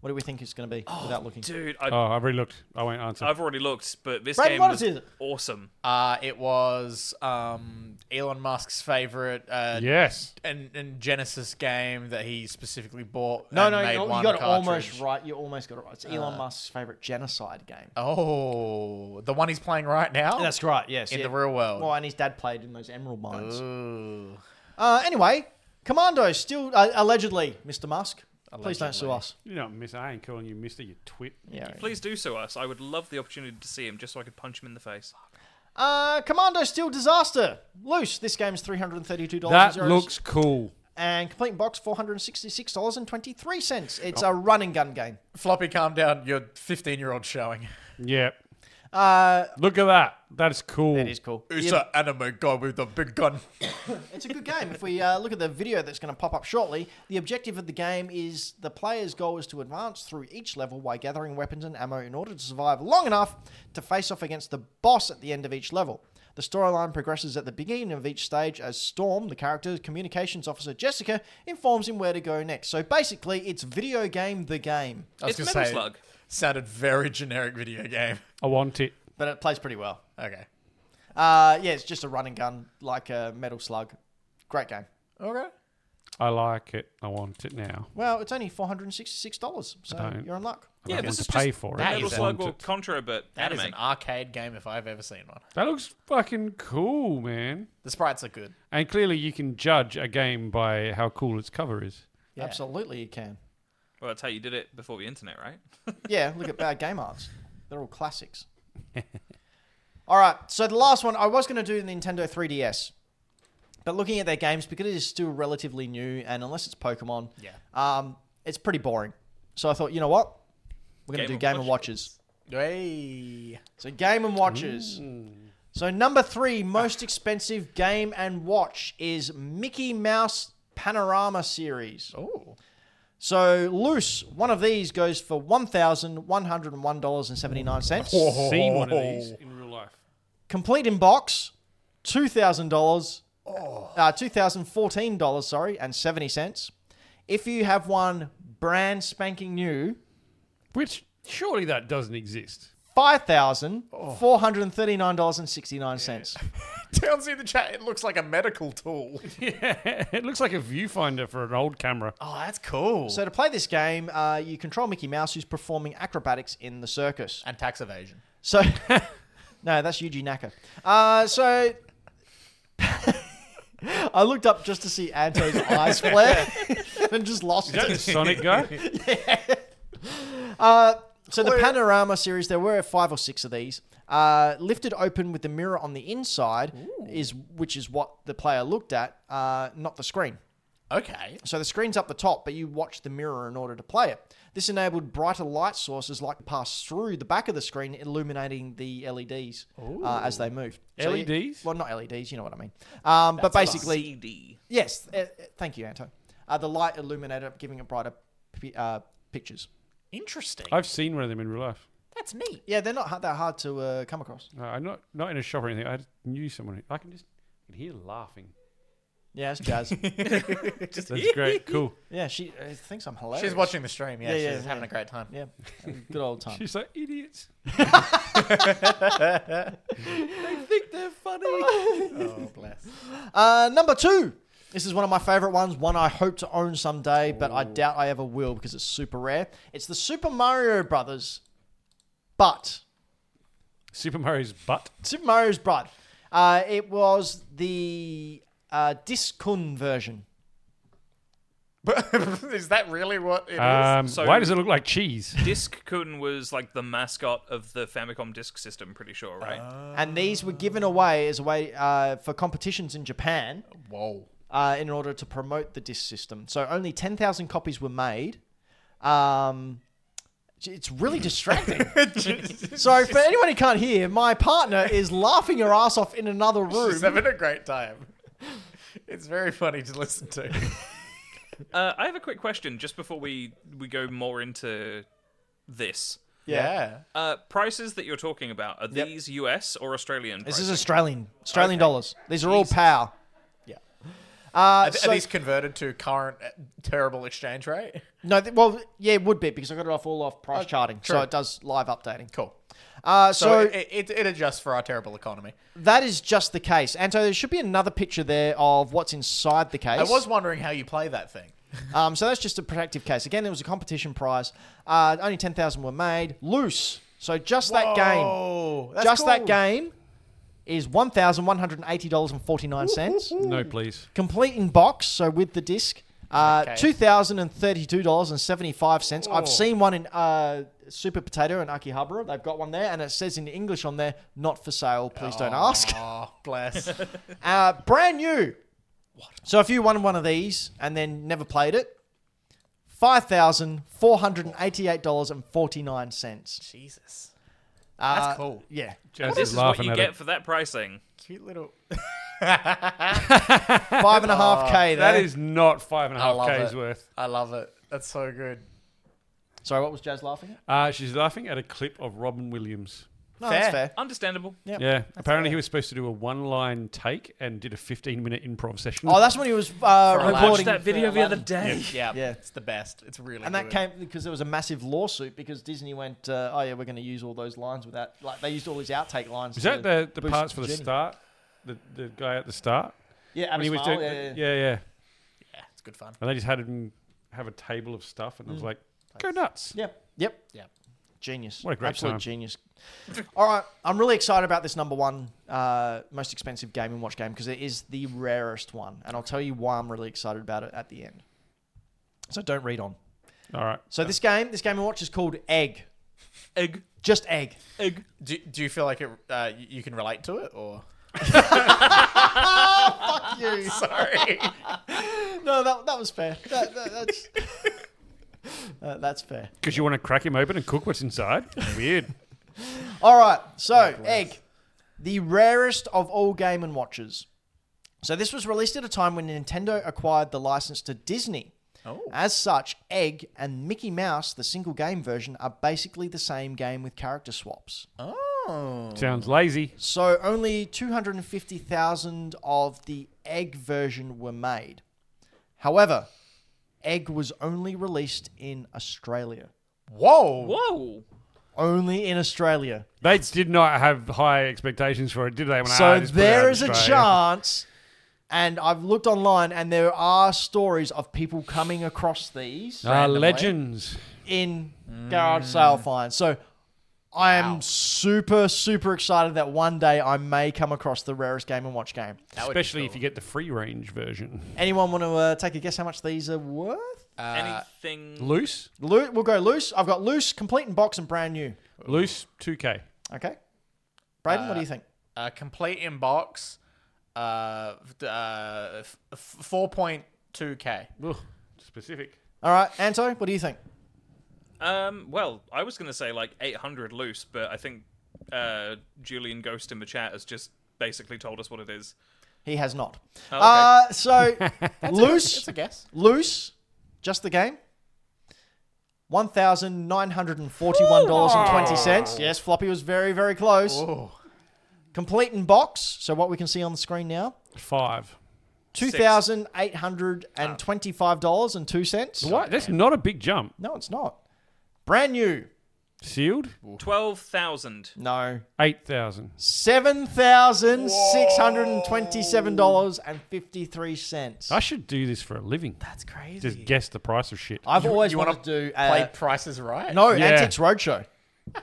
S2: What do we think it's going to be without looking?
S1: Dude, I
S4: Oh, I've relooked. I won't answer.
S1: I've already looked, but this
S2: Brad,
S1: game
S2: what
S1: was
S2: is it?
S1: awesome.
S3: Uh, it was um, Elon Musk's favorite uh,
S4: yes.
S3: and, and Genesis game that he specifically bought.
S2: No,
S3: and
S2: no,
S3: made
S2: you,
S3: one
S2: you got it almost
S3: cartridge.
S2: right. You almost got it right. It's Elon Musk's favorite genocide game.
S3: Oh, the one he's playing right now.
S2: That's right. Yes,
S3: in
S2: yeah.
S3: the real Oh. world.
S2: Well, and his dad played in those emerald mines.
S3: Ooh.
S2: Uh, anyway, Commando still uh, allegedly, Mr. Musk. Please don't sue
S3: Allegedly.
S2: us.
S4: You know, miss, I ain't calling you Mister. You twit.
S2: Yeah.
S1: Please do so us. I would love the opportunity to see him just so I could punch him in the face.
S2: Uh, Commando Steel Disaster. Loose. This game's three hundred and thirty-two dollars.
S4: That looks cool.
S2: and complete in box four hundred and sixty-six dollars and twenty-three cents. It's a run and gun game.
S3: Floppy, calm down. Your 15 year old showing.
S4: Yeah.
S2: Uh,
S4: Look at that. That's cool.
S2: it is cool.
S3: It's
S2: Yeah,
S3: an anime guy with a big gun.
S2: it's a good game. If we uh, look at the video that's going to pop up shortly, the objective of the game is the player's goal is to advance through each level by gathering weapons and ammo in order to survive long enough to face off against the boss at the end of each level. The storyline progresses at the beginning of each stage as Storm, the character communications officer Jessica, informs him where to go next. So basically, it's video game the game,
S3: I was
S1: It's
S3: gonna
S1: Metal
S3: say,
S1: Slug.
S3: Sounded very generic video game.
S4: I want it.
S2: but it plays pretty well.
S3: Okay.
S2: Uh, yeah, it's just a run and gun like a Metal Slug. Great game.
S3: Okay.
S4: I like it. I want it now.
S2: Well, it's only four hundred and sixty-six dollars, so
S4: don't-
S2: you're in luck.
S1: Yeah,
S4: I
S1: this
S4: want
S1: is
S4: to pay
S1: just
S4: for it.
S3: that
S4: I
S1: Metal
S3: is
S1: Slug
S4: want
S1: or
S4: it.
S1: Contra, but
S3: That is
S1: anime.
S3: an arcade game if I've ever seen one.
S4: That looks fucking cool, man.
S3: The sprites are good.
S4: And clearly, you can judge a game by how cool its cover is.
S3: Yeah.
S2: Absolutely, you can.
S1: Well, that's how you did it before the internet, right?
S2: Yeah, look at bad game arts. They're all classics. <laughs> all right, so the last one I was going to do the Nintendo 3DS, but looking at their games because it is still relatively new, and unless it's Pokemon,
S3: Yeah.
S2: um, it's pretty boring. So I thought, you know what, we're going to
S1: Game
S2: do
S1: and
S2: Game and Watches.
S1: Watches.
S3: Hey.
S2: So Game and Watches. So number three most expensive game and watch is Mickey Mouse Panorama Series.
S3: Oh.
S2: So loose, one of these goes for one thousand one hundred and one dollars and seventy nine cents.
S3: Oh.
S4: Seen one of these
S3: <laughs>
S4: in real life.
S2: Complete in box, two thousand dollars, uh, two thousand fourteen dollars, sorry, and seventy cents. If you have one brand spanking new,
S4: Which surely that doesn't exist.
S2: five thousand four hundred and thirty nine dollars and sixty nine cents.
S3: Tells you the chat. It looks like a medical tool.
S4: <laughs> it looks like a viewfinder for an old camera.
S3: Oh, that's cool.
S2: So to play this game, uh, you control Mickey Mouse who's performing acrobatics in the circus.
S3: and tax evasion.
S2: So, <laughs> no, that's Yuji Naka. Uh, so, <laughs> I looked up just to see Anto's eyes
S4: <laughs>
S2: flare and just lost
S4: Is that
S2: it.
S4: the Sonic guy?
S2: Uh, So the panorama series, there were five or six of these. Uh, lifted open with the mirror on the inside is which is what the player looked at, uh, not the screen.
S3: Okay.
S2: So the screen's up the top, but you watch the mirror in order to play it. This enabled brighter light sources like to pass through the back of the screen, illuminating the LEDs uh, as they moved. So you-
S4: LEDs?
S2: well, not LEDs. You know what I mean. Um, but basically,
S1: CD.
S2: yes. Uh, uh, thank you, Anto. Uh, the light illuminated up, giving it brighter pi- uh, pictures.
S3: Interesting.
S4: I've seen one of them in real life.
S3: That's <laughs> neat.
S2: Yeah, they're not ha- that hard to uh, come across.
S4: Uh, I'm not not in a shop or anything. I just knew someone. who- I can just I can hear laughing.
S2: Yeah, it's jazz.
S3: Just- <laughs>
S4: That's great. Cool.
S2: yeah, she uh, thinks I'm hilarious.
S3: she's watching the stream. Yeah,
S2: Yeah, yeah,
S3: she's having
S2: yeah.
S3: a great time.
S2: Yeah, good old time.
S4: <laughs> She's like idiots.
S2: <laughs>
S3: Oh, <laughs> bless.
S2: Uh, number two. This is one of my favorite ones, one I hope to own someday, but I doubt I ever will because it's super rare. It's the Super Mario Brothers, but
S4: Super Mario's butt.
S2: Super Mario's Bride. Uh, it was the uh, Discun version.
S3: <laughs> is that really what it is?
S4: Um,
S1: So-
S4: why does it look like cheese?
S1: Disc Kun was like the mascot of the Famicom Disk System, pretty sure, right?
S2: And these were given away as a way uh, for competitions in Japan
S3: <laughs> Whoa.
S2: uh, in order to promote the disc system. So only 10,000 copies were made. Um, it's really <laughs> distracting. Sorry, for anyone who can't hear, my partner
S3: <laughs>
S2: is laughing her ass off in another room.
S3: She's having a
S2: <laughs>
S3: great time. It's very funny to listen to.
S1: Uh, I have a quick question just before we we go more into this.
S3: yeah.
S1: Uh, prices that you're talking about are these US or Australian?
S2: This
S1: prices?
S2: is Australian Australian
S1: Okay.
S2: dollars. These are all power.
S3: Yeah.
S2: Uh,
S3: Are, th-
S2: so-
S3: are these converted to current uh, terrible exchange rate?
S2: no, th- well, yeah, it would be because I got it off all off price charting, so
S3: Oh, true.
S2: it does live updating.
S3: Cool.
S2: Uh,
S3: So,
S2: so
S3: it, it, it adjusts for our terrible economy.
S2: that is just the case. Anto, there should be another picture there of what's inside the case.
S3: I was wondering how you play that thing.
S2: Um, so that's just a protective case. Again, it was a competition prize. Uh, only 10,000 were made. Loose. So just that game,
S3: Oh, that's
S2: just that
S3: cool.
S2: game
S3: <laughs>
S2: is $1,180.49.
S4: No, please.
S2: Complete in box, so with the disc. Uh,
S3: Okay.
S2: $2,032.75.
S3: Oh.
S2: I've seen one in uh, Super Potato in Akihabara. They've got one there, and it says in English on there, not for sale. Please don't ask. <laughs>
S3: Oh, bless.
S2: Uh, brand new. So if you won one of these and then never played it, five thousand four hundred and eighty-eight dollars and forty-nine cents.
S3: Jesus.
S2: Uh,
S3: That's cool.
S2: Yeah.
S4: Jazz
S1: This
S4: is
S1: is what
S4: laughing
S1: you
S4: at
S1: get
S4: it.
S1: for that pricing.
S3: Cute little. <laughs>
S2: Five and a
S3: <laughs>
S2: half K there.
S4: That is not five and a
S3: I
S4: half
S3: love
S4: k's
S3: it.
S4: worth.
S3: I love it. That's so good.
S2: Sorry, what was Jazz laughing at?
S4: Uh, she's laughing at a clip of Robin Williams.
S2: No,
S3: Fair.
S2: that's fair.
S1: Understandable.
S4: Yeah, apparently he was supposed to do a one-line take and did a 15-minute improv session.
S2: Oh, that's when he was uh,
S3: For a
S1: I watched
S2: recording.
S1: that video the other day.
S3: Yeah.
S2: Yeah.
S3: It's the best. It's really
S2: And that came because there was a massive lawsuit because Disney went, uh, oh yeah, we're going to use all those lines with that. Like they used all these outtake lines.
S4: Is
S2: to
S4: that the, the
S2: boost
S4: parts for the
S2: Jenny.
S4: start? The, the guy at the start
S2: Yeah, Abby Smile, yeah, yeah, yeah.
S4: yeah, yeah.
S3: Yeah, it's good fun.
S4: And they just had him have a table of stuff, and I was
S2: Mm.
S4: like, go nuts.
S2: Yep. Yep.
S3: Yep.
S2: Genius.
S4: What a great
S2: Absolute
S4: time.
S2: genius. <laughs> All right. I'm really excited about this number one uh, most expensive game and watch game because it is the rarest one. And I'll tell you why I'm really excited about it at the end. So don't read on.
S4: All right.
S2: So this game, this game and watch is called Egg.
S1: Egg,
S2: Just Egg.
S1: egg.
S3: Do, do you feel like it, uh, y- you can relate to it or?
S2: Fuck you. <laughs>
S3: Sorry.
S2: no, that, that was fair. That, that, that's, <laughs> Uh, that's fair.
S4: Because you want to crack him open and cook
S2: <laughs>
S4: what's inside? Weird.
S2: All right, so Egg, the rarest of all Game and Watches. So this was released at a time when Nintendo acquired the license to Disney.
S3: Oh.
S2: As such, Egg and Mickey Mouse, the single game version, are basically the same game with character swaps.
S3: Oh.
S4: Sounds lazy.
S2: So only 250,000 of the Egg version were made. However, Egg was only released in Australia.
S3: Whoa.
S1: <laughs> Whoa.
S2: Only in Australia.
S4: They did not have high expectations for it, did they? When
S2: So there is a
S4: chance.
S2: chance, and I've looked online, and there are stories of people coming across these
S4: Ah,
S3: randomly.
S4: legends.
S2: in garage sale finds. So I am
S3: Wow.
S2: super, super excited that one day I may come across the rarest game and watch game.
S3: That would be
S4: Especially
S3: cool.
S4: if you get the free range version.
S2: Anyone want to uh, take a guess how much these are worth?
S3: Uh,
S1: Anything?
S2: Mm.
S4: Loose,
S2: Loo- we'll go loose. I've got loose, complete in box, and brand new.
S4: loose, two K.
S2: Okay. Braden, what do you think?
S3: uh, complete inbox, uh, d- uh, f- f- 4.2k.
S4: Specific.
S2: All right, Anto, what do you think?
S1: Um, well, I was going to say like 800 loose, but I think uh, Julian Ghost in the chat has just basically told us what it is.
S2: He has not.
S1: Oh,
S3: <laughs>
S2: Uh, so
S3: It's
S2: loose,
S3: a guess.
S2: loose, just the game. One thousand nine hundred and forty-one dollars and twenty cents. Yes, Floppy was very, very close. Complete in box. So what we can see on the screen now:
S4: Five.
S2: two thousand eight hundred and twenty-five dollars and two cents.
S4: What? That's not a big jump.
S2: No, it's not. Brand new.
S4: Sealed.
S1: 12,000.
S2: No.
S4: Eight thousand.
S2: Seven thousand six hundred and twenty-seven dollars and fifty-three cents.
S4: I should do this for a living.
S3: That's crazy.
S4: Just guess the price of shit.
S2: I've always
S3: you wanna
S2: wanted to do uh,
S3: Play prices right.
S2: no
S4: Yeah.
S2: Antiques Roadshow.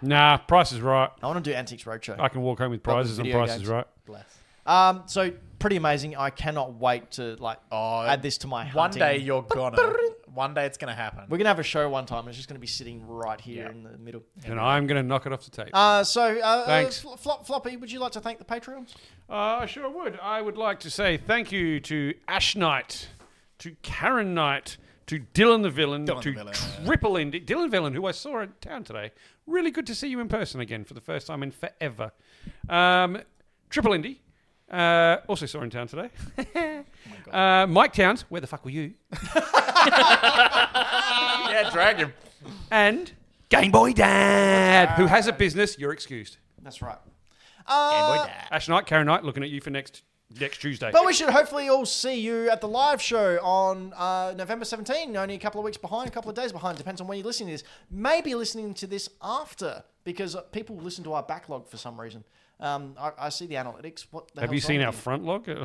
S4: nah, price is right.
S2: I want to do Antiques Roadshow.
S4: I can walk home with
S2: Not with
S4: prizes and
S2: video
S4: prices
S2: games.
S4: right.
S3: Bless.
S2: Um, so pretty amazing. I cannot wait to like
S3: Oh,
S2: add this to my
S3: One
S2: hunting.
S3: day you're gonna. One day it's gonna happen.
S2: We're gonna have a show one time. It's just gonna be sitting right here
S3: Yeah.
S2: in the middle.
S4: And I'm going to knock it off the tape.
S2: Uh, so uh,
S4: Thanks.
S2: Uh, Fl- Flop, Floppy, would you like to thank the Patreons?
S4: Uh, sure would. I would like to say thank you to Ash Knight, to Karen Knight, to Dylan the Villain,
S3: Dylan
S4: to
S3: the Villain.
S4: Triple Indie. Dylan Villain, who I saw in town today. Really good to see you in person again for the first time in forever. Um, Triple Indie. Uh, also saw in town today.
S2: <laughs> Oh
S4: uh, Mike Towns, where the fuck were you?
S3: yeah, dragon.
S4: And Game Boy Dad, who has a business. You're excused.
S2: That's right.
S3: Game Boy Dad.
S4: Ash Knight, Karen Knight, looking at you for next next Tuesday.
S2: But we should hopefully all see you at the live show on uh, November 17, only a couple of weeks behind, a couple of days behind, depends on when you're listening to this. Maybe listening to this after, because people listen to our backlog for some reason. Um, I, I see the analytics. What the
S4: Have you
S2: hell's
S4: seen
S2: wrong
S4: our
S2: with
S4: front log? <laughs>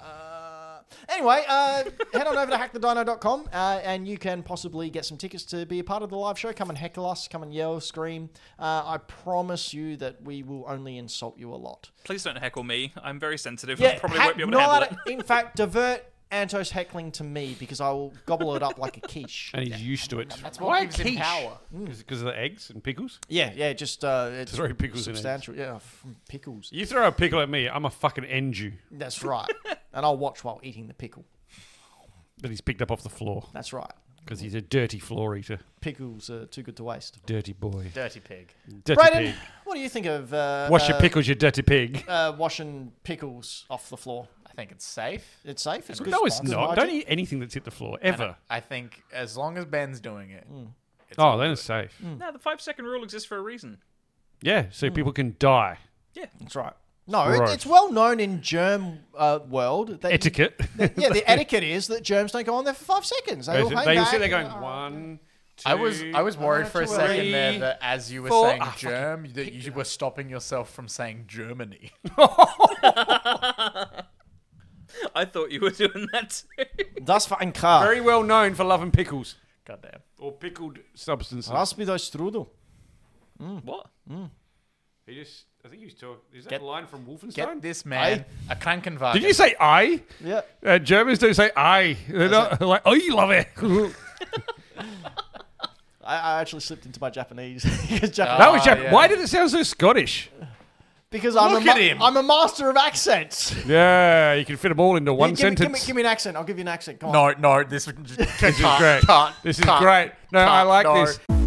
S2: Uh, anyway, uh, head on over to hackthedino.com uh, and you can possibly get some tickets to be a part of the live show. Come and heckle us, come and yell, scream. Uh, I promise you that we will only insult you a lot.
S1: Please don't heckle me. I'm very sensitive. I <laughs> probably
S2: heck-
S1: won't be able to handle it.
S2: not- In fact, divert Anto's heckling to me because I will gobble it up like a quiche.
S4: and he's used to it.
S3: That's what gives him power.
S4: Because of the eggs and pickles.
S2: Yeah, yeah, just uh, it's
S4: Throw pickles in it.
S2: substantial. Yeah, f- pickles.
S4: You throw a pickle at me, I'm a fucking end you
S2: That's right. and I'll watch while eating the pickle.
S4: that he's picked up off the floor
S2: That's right.
S4: because he's a dirty floor eater,
S2: Pickles are too good to waste.
S4: dirty boy,
S3: Dirty pig.
S4: dirty
S2: Brayden,
S4: pig.
S2: what do you think of uh,
S4: Wash
S2: uh,
S4: your pickles, you dirty
S3: <laughs>
S4: pig.
S2: uh, washing pickles off the floor.
S3: I think it's safe.
S2: It's safe. It's good.
S4: No, it's
S2: hygiene.
S4: not. Don't eat anything that's hit the floor ever.
S3: I think as long as Ben's doing it,
S4: Oh, then it's safe.
S3: Mm.
S1: No, the five second rule exists for a reason.
S4: Yeah, so people can die.
S2: That's right. No, it,
S4: Gross.
S2: it's well known in germ uh, world that
S4: Etiquette.
S2: yeah, the etiquette is that germs don't go on there for five seconds. They all hang
S4: <laughs> they all
S2: back.
S4: sit there going
S2: and-
S4: one. Two,
S3: I was I was worried for a
S2: too
S3: second
S4: worried.
S3: there that as you were
S4: Four-
S3: saying
S4: Ah, fucking
S3: germ that you were stopping yourself from saying Germany.
S1: I thought you were doing that too.
S2: Das war ein Car.
S4: very well known for loving pickles
S3: Goddamn.
S4: or pickled substances.
S2: Das wieder Strudel.
S1: what?
S4: He just, I think he was talking. Is that
S3: Mm. Get-
S4: a line from Wolfenstein?
S3: Get this man a Krankenwagen.
S4: Did you say I?
S2: Yeah.
S4: Uh, Germans don't say I. They're not like, oh, you love it. <laughs> that
S2: I, I actually slipped into my Japanese. <laughs> because
S4: Uh,
S2: Japanese
S3: Ah,
S4: was Japanese.
S3: yeah.
S4: Why did it sound
S3: <laughs>
S4: so Scottish?
S2: because I'm,
S3: look
S2: a ma-
S3: at him.
S2: I'm a master of accents.
S4: Yeah, you can fit them all into one
S2: give, me, give, me,
S4: sentence.
S2: give me an
S4: <laughs>
S2: accent. I'll give you an accent. Come on.
S3: No, no, this, this
S4: This is great. This is great. No, I like this.